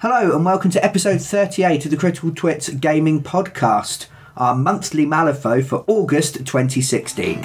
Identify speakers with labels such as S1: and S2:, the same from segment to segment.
S1: Hello, and welcome to episode 38 of the Critical Twits Gaming Podcast, our monthly Malifaux for August 2016.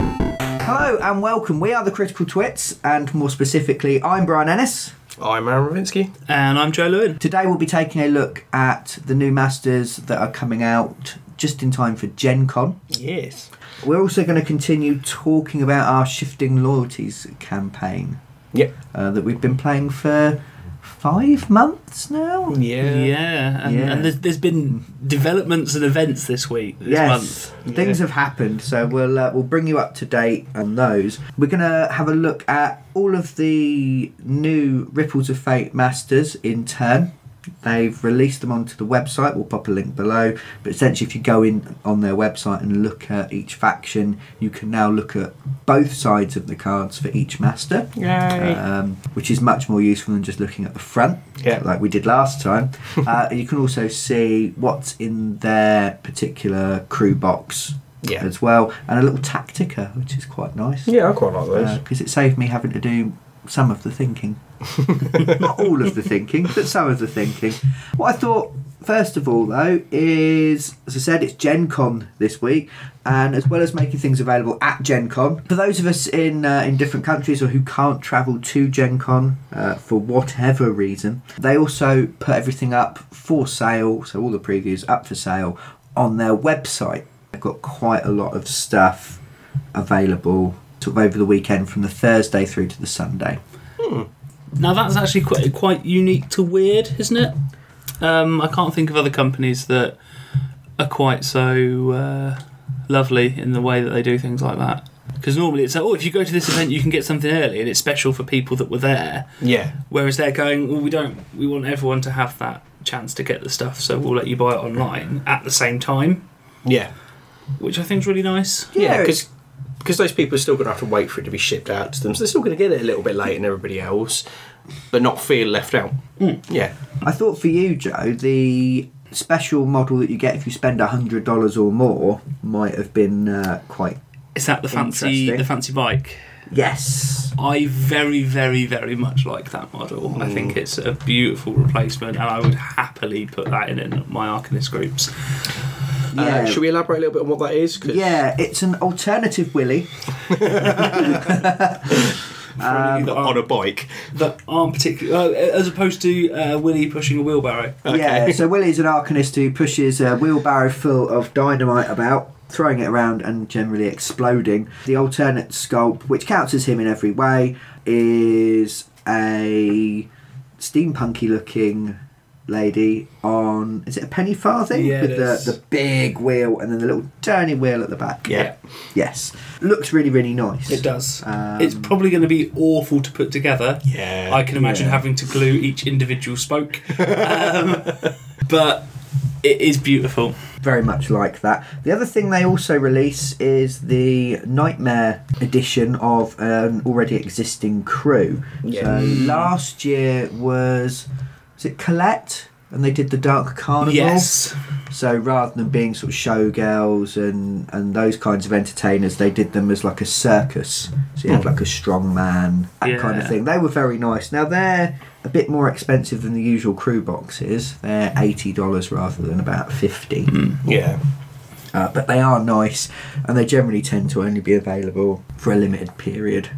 S1: Hello, and welcome. We are the Critical Twits, and more specifically, I'm Brian Ennis.
S2: Oh, I'm Aaron Ravinsky.
S3: And I'm Joe Lewin.
S1: Today we'll be taking a look at the new masters that are coming out just in time for Gen Con.
S3: Yes.
S1: We're also going to continue talking about our Shifting Loyalties campaign
S2: Yep.
S1: uh, that we've been playing for five months now.
S2: Yeah.
S3: Yeah, and,
S1: Yeah.
S3: and there's, there's been developments and events this week, this
S1: yes,
S3: month.
S1: things have happened, so we'll uh, we'll bring you up to date on those. We're gonna have a look at all of the new Ripples of Fate masters in turn. They've released them onto the website. We'll pop a link below. But essentially, if you go in on their website and look at each faction, you can now look at both sides of the cards for each master.
S2: Uh,
S1: um, which is much more useful than just looking at the front,
S2: Yeah.
S1: like we did last time. uh, you can also see what's in their particular crew box
S2: Yeah.
S1: as well, and a little tactica, which is quite nice
S2: Yeah, I quite like those.
S1: because Uh, it saved me having to do some of the thinking. Not all of the thinking, but some of the thinking. What I thought, first of all, though, is as I said, it's Gen Con this week, and as well as making things available at Gen Con, for those of us in, uh, in different countries or who can't travel to Gen Con uh, for whatever reason, they also put everything up for sale, so all the previews up for sale on their website. They've got quite a lot of stuff available sort of over the weekend from the Thursday through to the Sunday.
S3: Now that's actually quite quite unique to Weird, isn't it? Um, I can't think of other companies that are quite so uh, lovely in the way that they do things like that. Because normally it's like, oh, if you go to this event, you can get something early, and it's special for people that were there.
S2: Yeah.
S3: Whereas they're going, well, we don't, we want everyone to have that chance to get the stuff, so we'll let you buy it online at the same time,
S2: Yeah.
S3: which I think is really nice.
S2: Yeah,
S1: Yeah.
S2: because those people are still going to have to wait for it to be shipped out to them, so they're still going to get it a little bit later than everybody else, but not feel left out. Yeah.
S1: I thought for you, Joe, the special model that you get if you spend $100 or more might have been uh, quite.
S3: Is that the fancy
S1: Interesting.
S3: the fancy bike?
S1: Yes.
S3: I very, very, very much like that model. I
S2: Mm.
S3: think it's a beautiful replacement, and I would happily put that in, in my Arcanist groups.
S1: Yeah.
S2: Uh, should we elaborate a little bit on what that is? 'Cause-
S1: yeah, it's an alternative Willy.
S2: For any of you that are on a bike.
S3: Um, That aren't particularly, uh, as opposed to uh, Willy pushing a wheelbarrow.
S2: Uh,
S1: Yeah, so Willy's an arcanist who pushes a wheelbarrow full of dynamite about, throwing it around and generally exploding. The alternate sculpt, which counters him in every way, is a steampunky looking lady on is it a penny farthing
S3: Yeah, it
S1: with the,
S3: is.
S1: the big wheel and then the little turning wheel at the back
S2: Yeah.
S1: yes looks really really nice
S3: It does.
S1: Um,
S3: it's probably going to be awful to put together.
S2: Yeah.
S3: I can imagine
S1: Yeah.
S3: having to glue each individual spoke. um, but it is beautiful.
S1: very much like that. The other thing they also release is the Nightmare edition of an already existing crew.
S2: Yeah.
S1: So last year was was it Colette? And they did the Dark Carnival.
S3: Yes.
S1: So rather than being sort of showgirls and and those kinds of entertainers, they did them as like a circus. So you had like a strong man, that kind of
S3: Hmm. Yeah.
S1: thing. They were very nice. Now they're a bit more expensive than the usual crew boxes. They're eighty dollars rather than about fifty
S2: Yeah.
S1: uh, but they are nice and they generally tend to only be available for a limited period.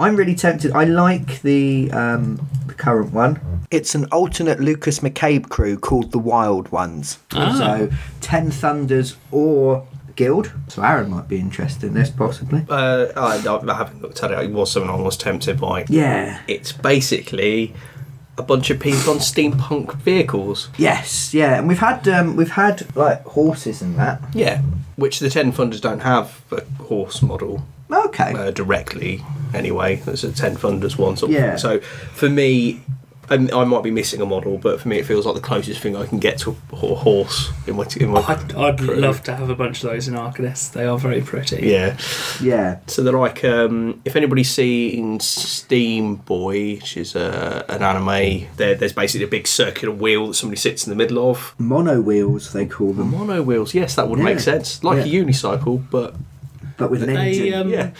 S1: I'm really tempted. I like the um, the current one. It's an alternate Lucas McCabe crew called the Wild Ones.
S3: Ah.
S1: So Ten Thunders or Guild. So Aaron might be interested in this possibly.
S2: Uh, I, I haven't looked at it. It was something I was tempted by.
S1: Yeah.
S2: It's basically a bunch of people on steampunk vehicles.
S1: Yes. Yeah. And we've had um, we've had like horses and that.
S2: Yeah. Which the Ten Funders don't have a horse model.
S1: Okay.
S2: uh, directly anyway. There's a 10 funders one sort of
S1: Yeah.
S2: thing. So for me, and I might be missing a model, but for me, it feels like the closest thing I can get to a ho- horse in my in my.
S3: I'd, I'd
S2: crew.
S3: love to have a bunch of those in Arcanist. They are very pretty.
S2: Yeah,
S1: Yeah.
S2: so they're like um, if anybody's seen Steam Boy, which is uh, an anime. There, there's basically a big circular wheel that somebody sits in the middle of.
S1: Mono wheels, they call them,
S2: Mono wheels, yes, that would
S1: Yeah.
S2: make sense, like
S1: Yeah.
S2: a unicycle, but
S1: but with an
S3: They,
S1: engine.
S3: um,
S2: yeah,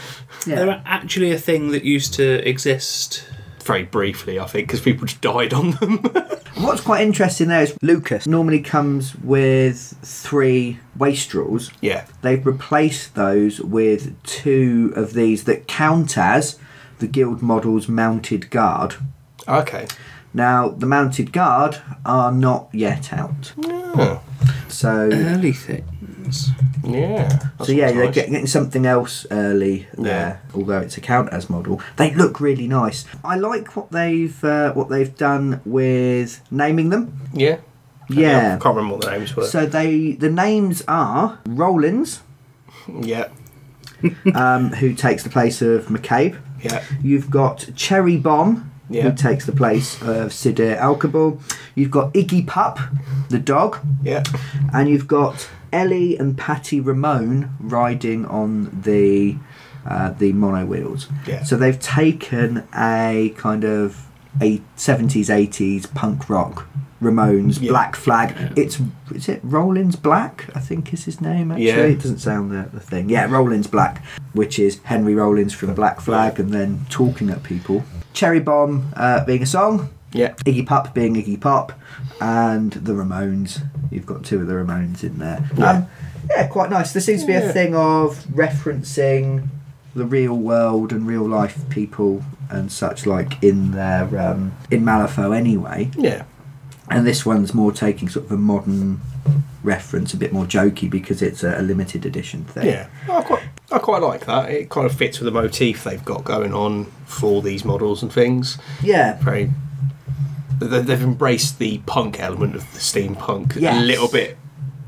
S3: They're actually a thing that used to exist.
S2: very briefly, I think, because people just died on them.
S1: What's quite interesting there is Lucas normally comes with three wastrels.
S2: yeah,
S1: They've replaced those with two of these that count as the guild model's mounted guard.
S2: okay.
S1: Now, the mounted guard are not yet out.
S2: Oh,
S1: So,
S3: Early things.
S2: yeah. That's
S1: so yeah,
S2: nice.
S1: they're get- getting something else early there, although it's a count as model. They look really nice. I like what they've uh, what they've done with naming them.
S2: yeah. I
S1: Yeah.
S2: can't remember what the names were.
S1: So they the names are Rollins,
S2: yeah,
S1: um, who takes the place of McCabe.
S2: yeah.
S1: You've got Cherry Bomb,
S2: Yeah.
S1: who takes the place of Sidir Alkabal. You've got Iggy Pup, the dog,
S2: Yeah.
S1: and you've got Ellie and Patty Ramone riding on the uh, the mono wheels.
S2: Yeah.
S1: So they've taken a kind of a seventies, eighties punk rock. Ramones,
S2: Yeah.
S1: Black Flag. It's is it Rollins Black? I think is his name. Actually,
S2: Yeah.
S1: it doesn't sound the, the thing. Yeah, Rollins Black, which is Henry Rollins from Black Flag, and then talking at people. Cherry Bomb uh, being a song,
S2: Yeah.
S1: Iggy Pop being Iggy Pop, and the Ramones. You've got two of the Ramones in there.
S2: Yeah.
S1: Um, yeah, quite nice. There seems to be
S2: Yeah.
S1: a thing of referencing the real world and real life people and such like in their um, in Malifaux anyway.
S2: Yeah.
S1: And this one's more taking sort of a modern reference, a bit more jokey because it's a, a limited edition thing.
S2: Yeah. I quite, I quite like that. It kind of fits with the motif they've got going on for these models and things.
S1: Yeah.
S2: Very. they- They've embraced the punk element of the steampunk a
S1: Yes.
S2: little bit.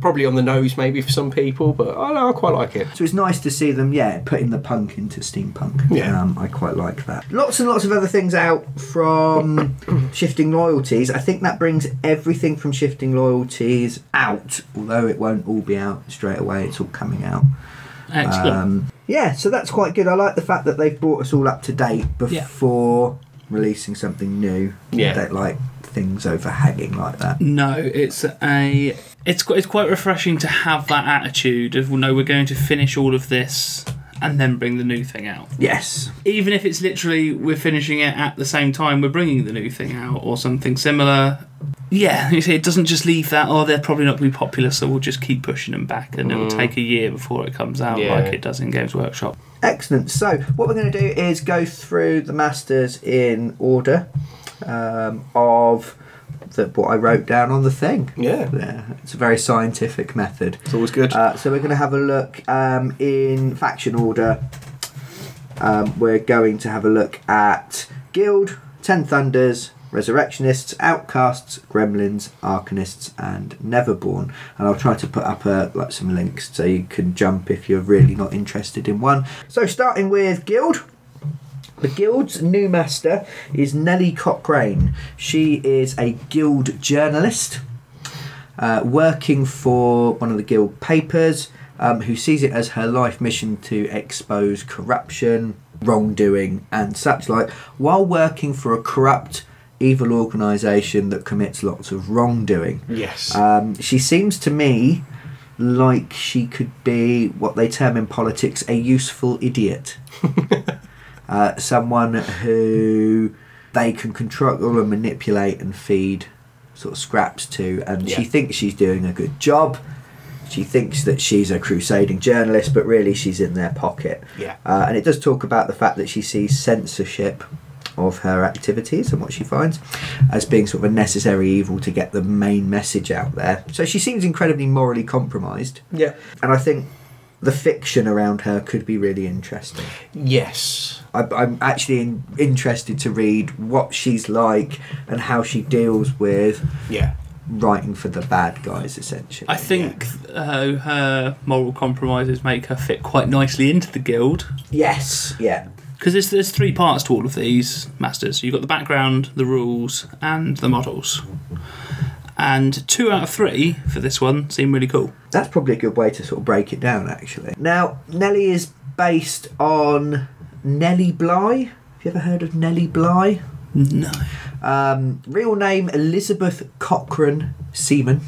S2: Probably on the nose, maybe for some people, but I, don't know, I quite like it.
S1: So it's nice to see them, yeah, putting the punk into steampunk.
S2: Yeah.
S1: Um, I quite like that. Lots and lots of other things out from Shifting Loyalties. I think that brings everything from Shifting Loyalties out, although it won't all be out straight away, it's all coming out.
S3: Excellent.
S1: Um, yeah, so that's quite good. I like the fact that they've brought us all up to date before releasing something new.
S2: Yeah.
S1: They don't like things overhanging like that.
S3: no, it's a. It's quite, it's quite refreshing to have that attitude of, well, no, we're going to finish all of this and then bring the new thing out.
S1: Yes.
S3: Even if it's literally we're finishing it at the same time we're bringing the new thing out or something similar. Yeah, you see, it doesn't just leave that, oh, they're probably not going to be popular, so we'll just keep pushing them back and it'll take a year before it comes out
S2: Yeah.
S3: like it does in Games Workshop.
S1: Excellent. So, what we're going to do is go through the masters in order um, of the, what I wrote down on the thing.
S2: Yeah.
S1: Yeah, it's a very scientific method.
S2: It's always good.
S1: Uh, so, we're going to have a look um, in faction order. Um, we're going to have a look at Guild, Ten Thunders, Resurrectionists, Outcasts, Gremlins, Arcanists, and Neverborn. And I'll try to put up uh like some links so you can jump if you're really not interested in one. So starting with Guild. The Guild's new master is Nellie Cochrane. She is a Guild journalist uh, working for one of the Guild papers, um, who sees it as her life mission to expose corruption, wrongdoing, and such like, while working for a corrupt, evil organisation that commits lots of wrongdoing.
S2: yes.
S1: Um, she seems to me like she could be what they term in politics a useful idiot. uh, someone who they can control and manipulate and feed sort of scraps to, and she
S2: Yeah.
S1: thinks she's doing a good job. She thinks that she's a crusading journalist, but really she's in their pocket.
S2: yeah.
S1: Uh, and it does talk about the fact that she sees censorship of her activities and what she finds as being sort of a necessary evil to get the main message out there. So she seems incredibly morally compromised.
S2: Yeah.
S1: And I think the fiction around her could be really interesting.
S2: Yes.
S1: I, I'm actually in, interested to read what she's like and how she deals with
S2: Yeah.
S1: writing for the bad guys, essentially.
S3: I think uh, her moral compromises make her fit quite nicely into the guild
S1: Yes, yeah.
S3: because there's there's three parts to all of these masters. You've got the background, the rules, and the models. And two out of three for this one seem really cool.
S1: That's probably a good way to sort of break it down, actually. Now, Nelly is based on Nellie Bly. Have you ever heard of Nellie Bly?
S3: No,
S1: Um, real name Elizabeth Cochran Seaman,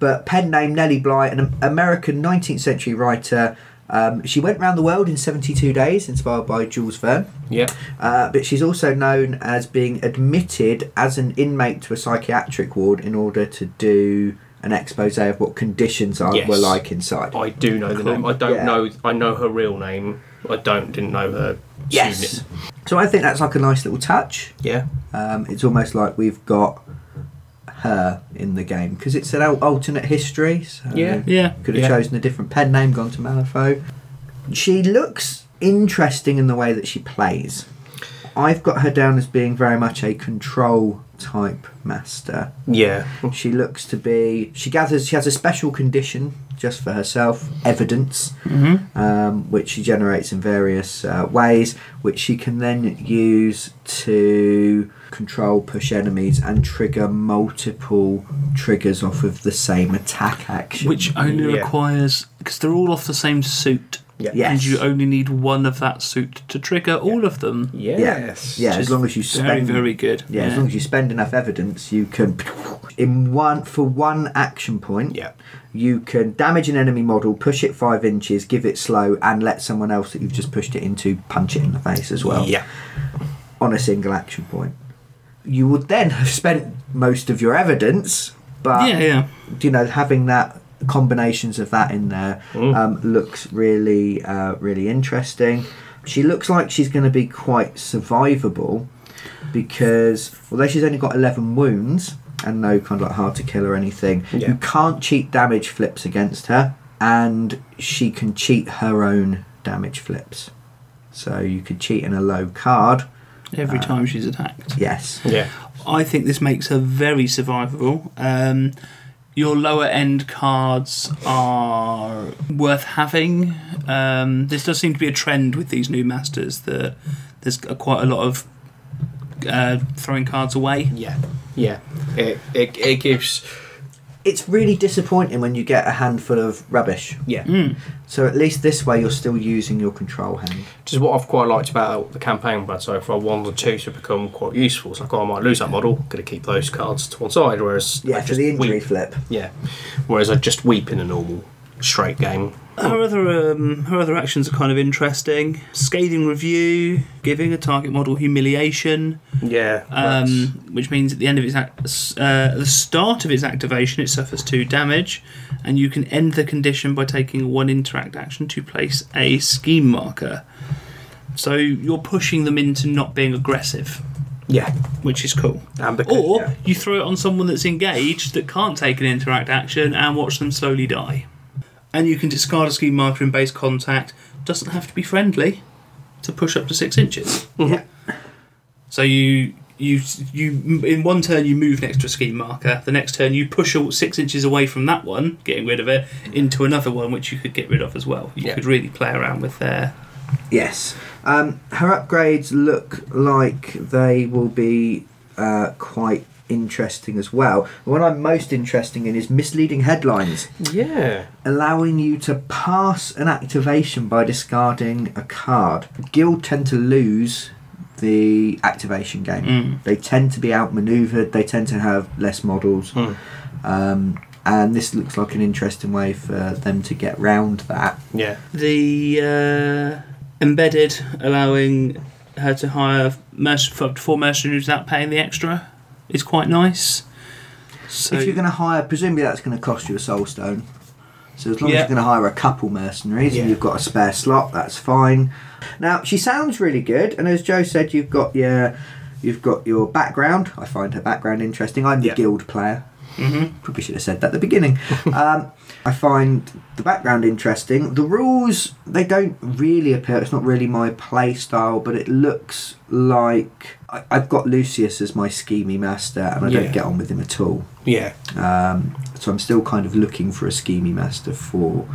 S1: but pen name Nellie Bly, an American 19th century writer. Um, she went round the world in 72 days, inspired by Jules Verne.
S2: Yeah.
S1: Uh, but she's also known as being admitted as an inmate to a psychiatric ward in order to do an expose of what conditions are,
S2: Yes.
S1: were like inside.
S2: I do know the name. I don't
S1: Yeah.
S2: know. I know her real name. I don't. Didn't know her.
S1: yes.
S2: pseudonym.
S1: So I think that's like a nice little touch.
S2: Yeah.
S1: Um, it's almost like we've got her in the game because it's an al- alternate history. So
S2: Yeah.
S3: yeah,
S1: Could have
S2: Yeah.
S1: chosen a different pen name, gone to Malifaux. She looks interesting in the way that she plays. I've got her down as being very much a control type master.
S2: Yeah.
S1: She looks to be. She gathers. She has a special condition just for herself, evidence, um, which she generates in various uh, ways, which she can then use to control, push enemies, and trigger multiple triggers off of the same attack action.
S3: which only
S2: Yeah.
S3: requires because they're all off the same suit.
S2: Yeah.
S1: Yes.
S3: And you only need one of that suit to trigger all of them.
S2: Yes.
S1: Yeah,
S3: Which
S1: as
S3: is
S1: long as you
S3: Very,
S1: spend.
S3: very good.
S1: yeah, as long as you spend enough evidence, you can in one for one action point.
S2: Yeah.
S1: you can damage an enemy model, push it five inches, give it slow, and let someone else that you've just pushed it into punch it in the face as well.
S2: Yeah.
S1: on a single action point. You would then have spent most of your evidence, but
S3: Yeah, yeah.
S1: you know having that combinations of that in there um, looks really uh, really interesting she looks like she's going to be quite survivable because although she's only got 11 wounds and no kind of like hard to kill or anything
S2: Yeah.
S1: you can't cheat damage flips against her and she can cheat her own damage flips so you could cheat in a low card
S3: Every time she's attacked.
S1: yes
S2: Yeah.
S3: I think this makes her very survivable. Um, your lower end cards are worth having. Um, this does seem to be a trend with these new masters that there's a- quite a lot of uh, throwing cards away.
S2: Yeah. Yeah. It, it, it gives.
S1: it's really disappointing when you get a handful of rubbish
S2: Yeah.
S1: So at least this way, you're still using your control hand.
S2: Which is what I've quite liked about the campaign we've had so far. Ones and twos have become quite useful. It's like, oh, I might lose that model. Going to keep those cards to one side. Whereas
S1: Yeah,
S2: I
S1: for
S2: just
S1: the injury
S2: weep.
S1: flip.
S2: Yeah. Whereas I just weep in a normal straight game.
S3: Her other um, her other actions are kind of interesting. Scathing review, giving a target model humiliation,
S2: Yeah.
S3: um, which means at the end of its act, uh, the start of its activation, it suffers two damage, and you can end the condition by taking one interact action to place a scheme marker. So you're pushing them into not being aggressive,
S2: yeah.
S3: which is cool.
S2: And because,
S3: Or
S2: yeah.
S3: you throw it on someone that's engaged that can't take an interact action and watch them slowly die. And you can discard a scheme marker in base contact. Doesn't have to be friendly to push up to six inches.
S1: Yeah.
S3: So you you you in one turn you move next to a scheme marker. The next turn you push all six inches away from that one, getting rid of it, into another one which you could get rid of as well. You
S2: Yeah.
S3: could really play around with there.
S1: Yes. Um, her upgrades look like they will be uh, quite interesting as well. The one I'm most interested in is misleading headlines,
S2: Yeah.
S1: allowing you to pass an activation by discarding a card. Guild tend to lose the activation game.
S3: Mm.
S1: They tend to be outmaneuvered. They tend to have less models.
S2: Hmm.
S1: Um, and this looks like an interesting way for them to get round that.
S2: Yeah.
S3: The uh, embedded allowing her to hire merc- for four mercenaries without paying the extra is quite nice. So
S1: if you're going to hire, presumably that's going to cost you a soul stone. So as long as
S3: Yeah.
S1: you're going to hire a couple mercenaries
S2: Yeah.
S1: and you've got a spare slot, that's fine. Now she sounds really good, and as Joe said, you've got your you've got your background. I find her background interesting. I'm the
S2: Yeah.
S1: guild player.
S3: Mhm.
S1: Probably should have said that at the beginning. um, I find the background interesting. The rules they don't really appeal. It's not really my play style, but it looks like I, I've got Lucius as my schemey master, and I
S2: Yeah.
S1: don't get on with him at all.
S2: Yeah.
S1: Um, so I'm still kind of looking for a schemey master for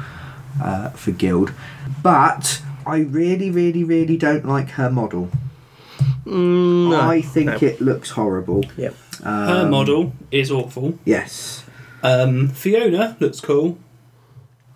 S1: uh, for guild, but I really, really, really don't like her model.
S2: Mm, no.
S1: I think
S2: no.
S1: it looks horrible.
S2: Yep.
S3: Her model is awful.
S1: Yes.
S3: Um, Fiona looks cool.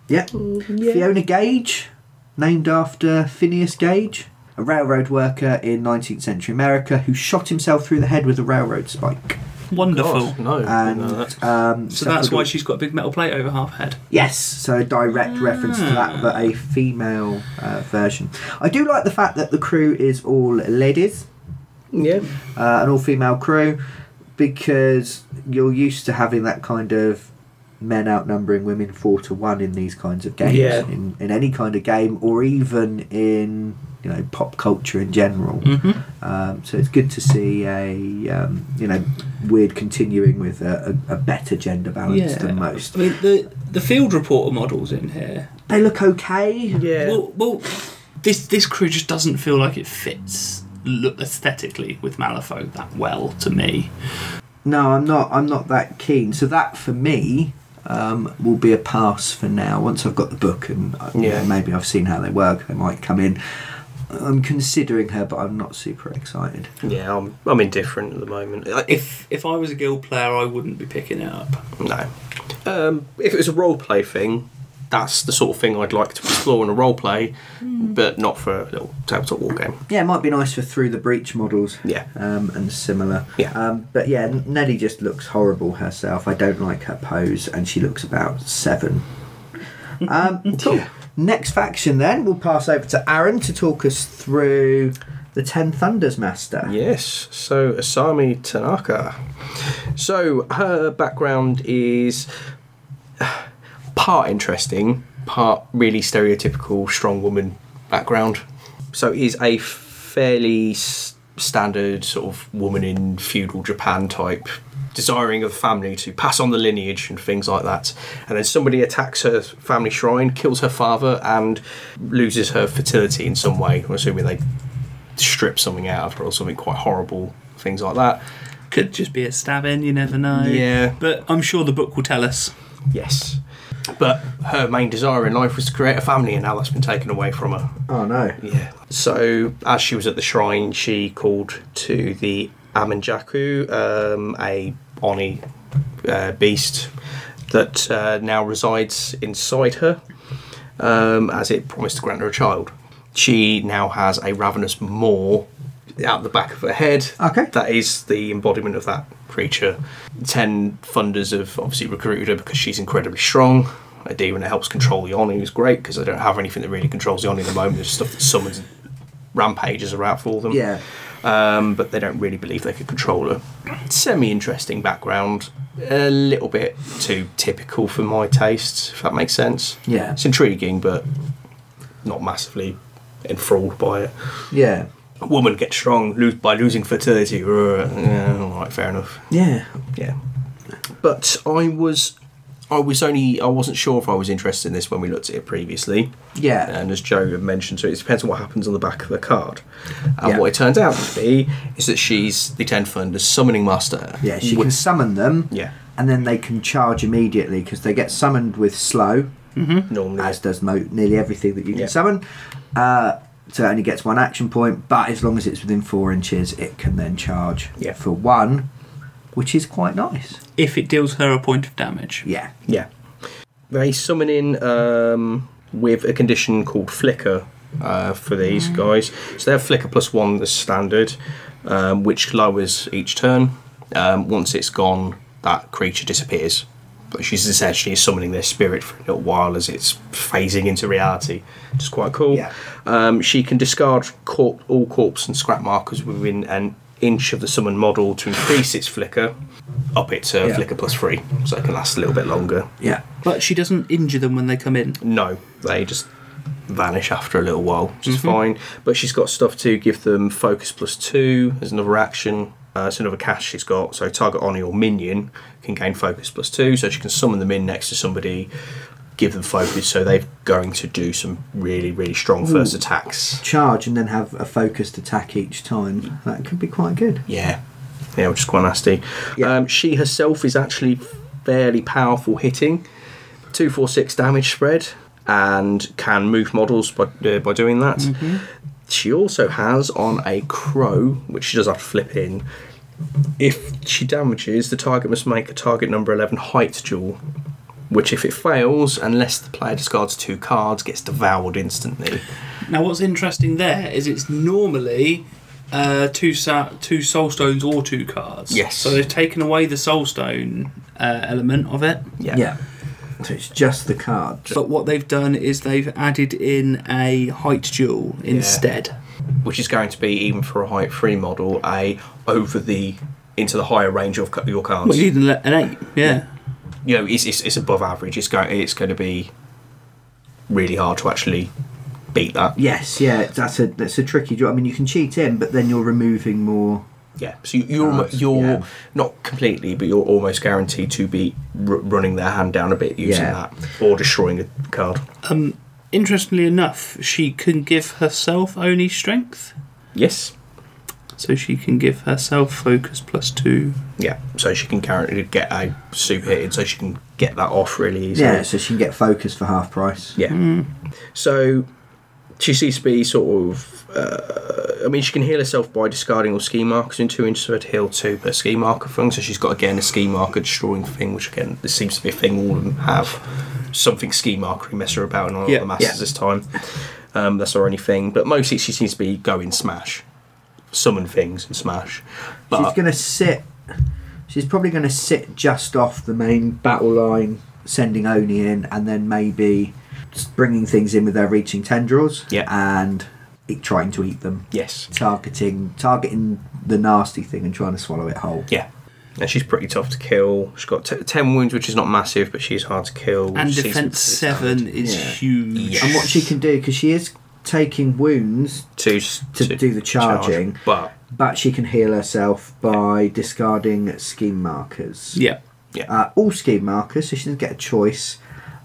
S1: Yep. Fiona Gage, named after Phineas Gage, a railroad worker in 19th century America who shot himself through the head with a railroad spike.
S3: Wonderful.
S2: God, no.
S1: And
S2: no, that's-
S1: um,
S3: So that's
S1: suffered-
S3: why she's got a big metal plate over half head.
S1: Yes, so a direct reference to that, but a female uh, version. I do like the fact that the crew is all ladies,
S2: yeah.
S1: uh, an all female crew, because you're used to having that kind of men outnumbering women four to one in these kinds of games,
S2: Yeah.
S1: in, in any kind of game, or even in you know pop culture in general.
S3: Mm-hmm.
S1: Um, so it's good to see a um, you know weird continuing with a, a, a better gender balance than most.
S3: I mean, the the field reporter models in here.
S1: They look okay.
S2: Yeah.
S3: Well, well, this this crew just doesn't feel like it fits look aesthetically with Malifaux that well to me.
S1: No, I'm not. I'm not that keen. So that for me um, will be a pass for now. Once I've got the book and uh, you
S2: Yeah.
S1: know, maybe I've seen how they work, they might come in. I'm considering her, but I'm not super excited.
S2: yeah, I'm, I'm indifferent at the moment. I- If
S3: If if I was a guild player, I wouldn't be picking it up.
S2: no, um, if it was a role play thing, that's the sort of thing I'd like to explore in a role play, but not for a little tabletop war game.
S1: Yeah, it might be nice for through the breach models.
S2: Yeah.
S1: Um, and similar.
S2: Yeah.
S1: Um, but yeah, N- Nelly just looks horrible herself. I don't like her pose, and she looks about seven. Um, cool. Next faction, then we'll pass over to Aaron to talk us through the Ten Thunders Master.
S2: Yes, so Asami Tanaka. So her background is part interesting, part really stereotypical strong woman background. So it is a fairly s- standard sort of woman in feudal Japan type, desiring of family to pass on the lineage and things like that. And then somebody attacks her family shrine, kills her father, and loses her fertility in some way. I'm assuming they strip something out of her or something quite horrible, things like that.
S3: Could just be a stab in. You never know.
S2: Yeah.
S3: But I'm sure the book will tell us.
S2: Yes. But her main desire in life was to create a family, and now that's been taken away from her.
S1: Oh no.
S2: Yeah. So, as she was at the shrine, she called to the Amanjaku, um, a Oni uh, beast that uh, now resides inside her, um, as it promised to grant her a child. She now has a ravenous maw out the back of her head.
S1: Okay.
S2: That is the embodiment of that creature. Ten funders have obviously recruited her because she's incredibly strong. A demon that helps control the Oni is great because they don't have anything that really controls the Oni at the moment. There's stuff that summons and rampages are out for them
S1: Yeah.
S2: um, but they don't really believe they could control her. Semi interesting background, a little bit too typical for my tastes, if that makes sense.
S1: Yeah.
S2: It's intriguing, but not massively enthralled by it.
S1: Yeah.
S2: A woman gets strong lose, by losing fertility. uh, Yeah, all right, fair enough
S1: Yeah.
S2: yeah. But I was, I was only, I wasn't sure if I was interested in this when we looked at it previously.
S1: Yeah.
S2: And as Joe had mentioned, so it depends on what happens on the back of the card. And
S1: Yeah.
S2: what it turns out to be is that she's the Ten Thunders summoning master.
S1: Yeah, she
S2: With-
S1: can summon them.
S2: Yeah.
S1: And then they can charge immediately because they get summoned with slow,
S2: normally.
S1: Hmm? as does mo- nearly everything that you can
S2: Yeah.
S1: summon. Uh, so it only gets one action point, but as long as it's within four inches, it can then charge
S2: Yeah.
S1: for one, which is quite nice.
S3: If it deals her a point of damage.
S1: Yeah.
S2: Yeah. They summon in um, with a condition called Flicker uh, for these
S1: Mm.
S2: guys. So they have Flicker plus one, the standard, um, which lowers each turn. Um, once it's gone, that creature disappears. But she's essentially summoning their spirit for a little while as it's phasing into reality, which is quite cool.
S1: Yeah.
S2: Um, she can discard corp- all corpse and scrap markers within an inch of the summoned model to increase its flicker, up it to
S1: Yeah.
S2: flicker plus three, so it can last a little bit longer.
S1: Yeah.
S3: But she doesn't injure them when they come in.
S2: No, they just vanish after a little while, which is fine. But she's got stuff to give them focus plus two. There's another action. Uh, it's another cash she's got. So target Oni or minion can gain focus plus two. So she can summon them in next to somebody, give them focus. So they're going to do some really, really strong first attacks.
S1: Charge and then have a focused attack each time. That could be quite good.
S2: Yeah. Yeah, which is quite nasty.
S1: Yeah.
S2: Um, she herself is actually fairly powerful hitting. 246 damage spread. and can move models by, uh, by doing that. She also has on a crow, which she does have to flip in. If she damages, the target must make a target number 11 height duel, which, if it fails, unless the player discards two cards, gets devoured instantly.
S3: Now, what's interesting there is it's normally uh, two sa- two soul stones or two cards.
S2: Yes.
S3: So they've taken away the soul stone uh, element of it.
S2: Yeah.
S1: Yeah. So it's just the card.
S3: But what they've done is they've added in a height duel instead.
S2: Which is going to be, even for a height 3 model, a over the into the higher range of c- your cards.
S3: Well, you need an an eight, yeah.
S2: you know, it's, it's, it's above average. It's going it's going to be really hard to actually beat that.
S1: Yes, yeah, that's a that's a tricky draw. I mean, you can cheat in, but then you're removing more.
S2: Yeah. So you- you're almo-
S1: Cards,
S2: you're
S1: yeah.
S2: not completely, but you're almost guaranteed to be r- running their hand down a bit using
S1: Yeah.
S2: that or destroying a card.
S3: Interestingly enough, she can give herself only strength,
S2: Yes.
S3: so she can give herself focus plus two.
S2: Yeah. So she can currently get a super hit, so she can get that off really easily.
S1: Yeah, so she can get focus for half price.
S2: Yeah.
S3: Mm.
S2: So she seems to be sort of. Uh, I mean, she can heal herself by discarding all ski markers in two inches, so it heal two per ski marker thing. So she's got again a ski marker destroying thing, which again this seems to be a thing all of them have. Something ski markery mess her about in all
S3: Yeah,
S2: the masters
S1: yeah.
S2: this time. Um, that's her only thing, but mostly she seems to be going smash, summon things and smash. But
S1: She's going to sit. She's probably going to sit just off the main battle line, sending Oni in, and then maybe just bringing things in with their reaching tendrils.
S2: Yeah.
S1: and eat, trying to eat them,
S2: yes,
S1: targeting targeting the nasty thing and trying to swallow it whole.
S2: yeah. And she's pretty tough to kill. She's got t- 10 wounds, which is not massive, but she's hard to kill.
S3: And
S2: She seems to be
S3: defense
S2: pretty
S3: seven is
S1: Yeah.
S3: huge.
S2: Yeah.
S1: And what she can do, because she is taking wounds,
S2: to
S1: to do the charging.
S2: but
S1: but she can heal herself by discarding scheme markers.
S3: Yeah.
S1: uh, all scheme markers, so she doesn't get a choice.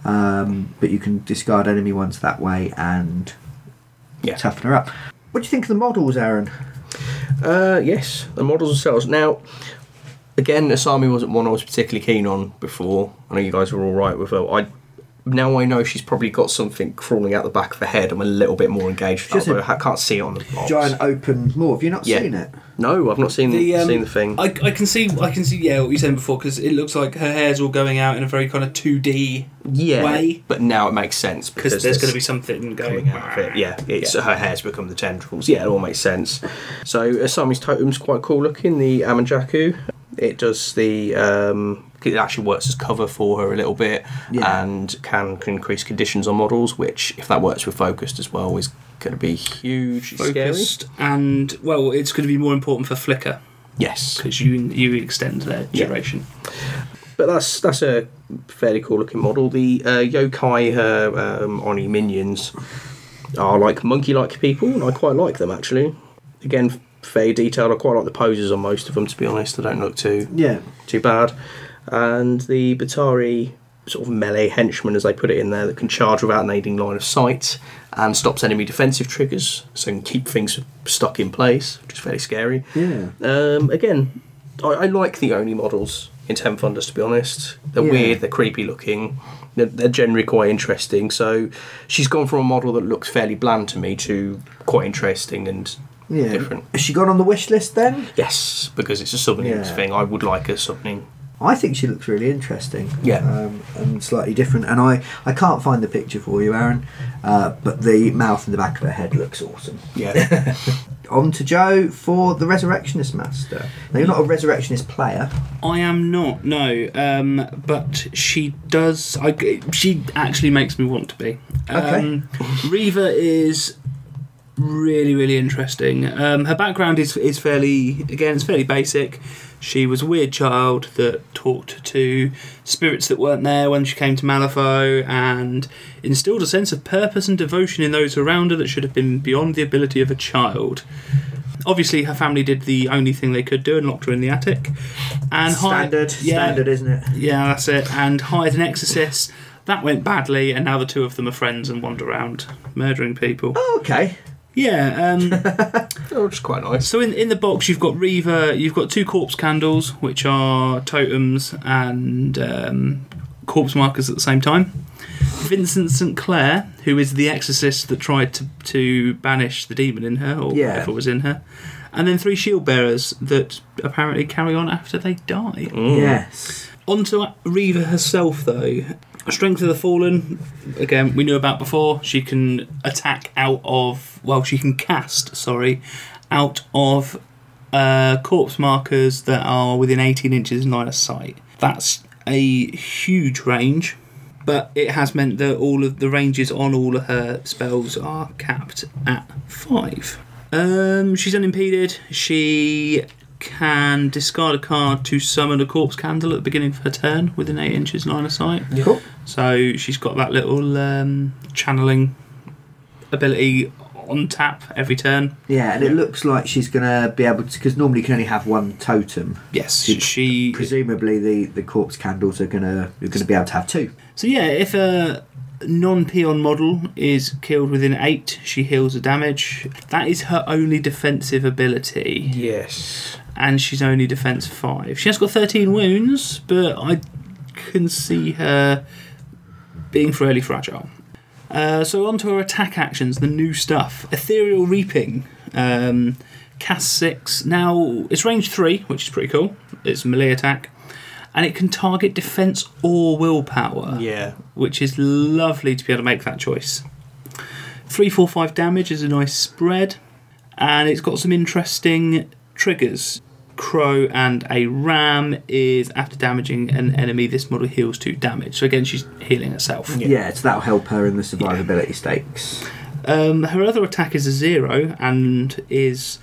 S1: Um, but you can discard enemy ones that way and
S2: yeah,
S1: toughen her up. What do you think of the models, Aaron?
S2: Uh, yes, the models themselves. Now, again, Asami wasn't one I was particularly keen on before. I know you guys were all right with her. I now I know she's probably got something crawling out the back of her head. I'm a little bit more engaged. With
S1: Just
S2: that,
S1: a
S2: but I can't see it on the box.
S1: Giant open maw. Have you not
S2: Yeah.
S1: seen it?
S2: No, I've not seen the,
S3: um,
S2: seen the thing.
S3: I, I can see I can see yeah what you said before because it looks like her hair's all going out in a very kind of two D
S2: yeah,
S3: way.
S2: but now it makes sense
S3: because
S2: because
S3: there's going to
S2: there's-
S3: be something going
S2: coming out of it. Yeah, it's
S3: Yeah.
S2: her hair's become the tendrils. Yeah, it all makes sense. So Asami's totem's quite cool looking. The Amanjaku, it does the. Um, it actually works as cover for her a little bit,
S1: Yeah.
S2: and can, can increase conditions on models. Which, if that works with focused as well, is going to be huge. It's Scary.
S3: Focused and well, it's going to be more important for Flickr
S2: Yes,
S3: because you you extend their
S2: Yeah.
S3: duration.
S2: but that's that's a fairly cool looking model. The uh, yokai uh, um, oni minions are like monkey like people, and I quite like them actually. Again, fair detail. I quite like the poses on most of them. To be honest, they don't look too
S1: Yeah.
S2: too bad. And the Batari sort of melee henchman, as they put it in there, that can charge without needing line of sight and stops enemy defensive triggers, so can keep things stuck in place, which is fairly scary.
S1: Yeah.
S2: Um, again, I, I like the Oni models in Ten Thunders, to be honest. They're
S1: Yeah.
S2: weird, they're creepy looking, they're, they're generally quite interesting. So she's gone from a model that looks fairly bland to me to quite interesting and
S1: Yeah.
S2: different.
S1: Has she gone on the wish list then?
S2: Yes, because it's a summoning
S1: Yeah.
S2: thing. I would like a summoning.
S1: I think she looks really interesting.
S2: Yeah.
S1: Um, and slightly different. And I, I can't find the picture for you, Aaron. Uh, but the mouth and the back of her head looks awesome.
S2: Yeah.
S1: On to Joe for the Resurrectionist Master. Now, you're not a Resurrectionist player.
S3: I am not no, um, but she does. I she actually makes me want to be. Um, Reva is really really interesting. Um, her background is is fairly again it's fairly basic. She was a weird child that talked to spirits that weren't there when she came to Malifaux and instilled a sense of purpose and devotion in those around her that should have been beyond the ability of a child. Obviously, her family did the only thing they could do and locked her in the attic. And hired-
S1: Standard.
S3: yeah,
S1: Standard, isn't it?
S3: yeah, that's it. And hired an exorcist. That went badly, and now the two of them are friends and wander around murdering people.
S1: Oh, Okay.
S3: Yeah. Um,
S2: Oh, which is quite nice.
S3: so in in the box you've got Reva, you've got two corpse candles, which are totems and um, corpse markers at the same time. Vincent St. Clair, who is the exorcist that tried to, to banish the demon in her, or
S1: Yeah.
S3: if it was in her. And then three shield bearers that apparently carry on after they die.
S1: Yes.
S3: On to Reva herself, though. Strength of the Fallen, again, we knew about before. She can attack out of, well, she can cast, sorry, out of uh, corpse markers that are within 18 inches line of sight. That's a huge range, but it has meant that all of the ranges on all of her spells are capped at five. Um, she's unimpeded. She can discard a card to summon a corpse candle at the beginning of her turn within eight inches line of sight.
S2: Cool.
S3: So she's got that little um, channeling ability on tap every turn.
S1: Yeah, and it looks like she's going to be able to, because normally you can only have one totem.
S3: Yes, she.
S1: Presumably, the, the corpse candles are going to you're going to be able to have two.
S3: So yeah, if a non-peon model is killed within eight, she heals the damage. That is her only defensive ability.
S2: Yes.
S3: and she's only defense five. She has got 13 wounds, but I can see her being fairly fragile. Uh, so on to her attack actions, the new stuff. Ethereal Reaping, um, cast six. Now it's range three, which is pretty cool. It's a melee attack, and it can target defense or willpower
S2: Yeah.
S3: which is lovely to be able to make that choice. 345 damage is a nice spread, and it's got some interesting triggers. Crow and a ram is after damaging an enemy, this model heals two damage. So again, she's healing herself.
S1: Yeah, so that'll help her in the survivability stakes.
S3: Um, her other attack is a zero and is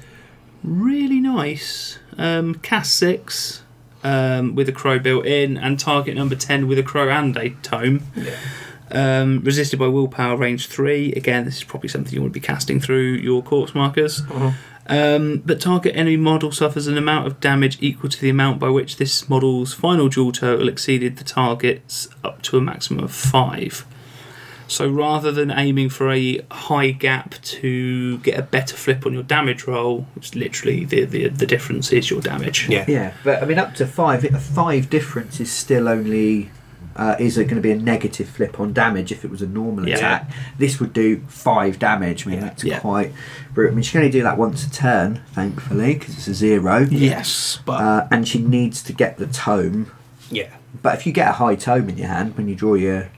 S3: really nice. Um, cast six um, with a crow built in, and target number 10 with a crow and a tome. Um, resisted by willpower, range three. Again, this is probably something you want to be casting through your corpse markers. Um, but target enemy model suffers an amount of damage equal to the amount by which this model's final dual total exceeded the target's up to a maximum of five. So rather than aiming for a high gap to get a better flip on your damage roll, it's literally the, the, the difference is your damage.
S2: Yeah.
S1: Yeah, but I mean, up to five, a five difference is still only. Uh, is it going to be a negative flip on damage if it was a normal
S3: Yeah.
S1: attack? This would do five damage. I mean, that's
S3: Yeah.
S1: quite brutal. I mean, she can only do that once a turn, thankfully, because it's a zero.
S2: Yes, but
S1: Uh, and she needs to get the tome.
S2: yeah.
S1: But if you get a high tome in your hand when you draw your,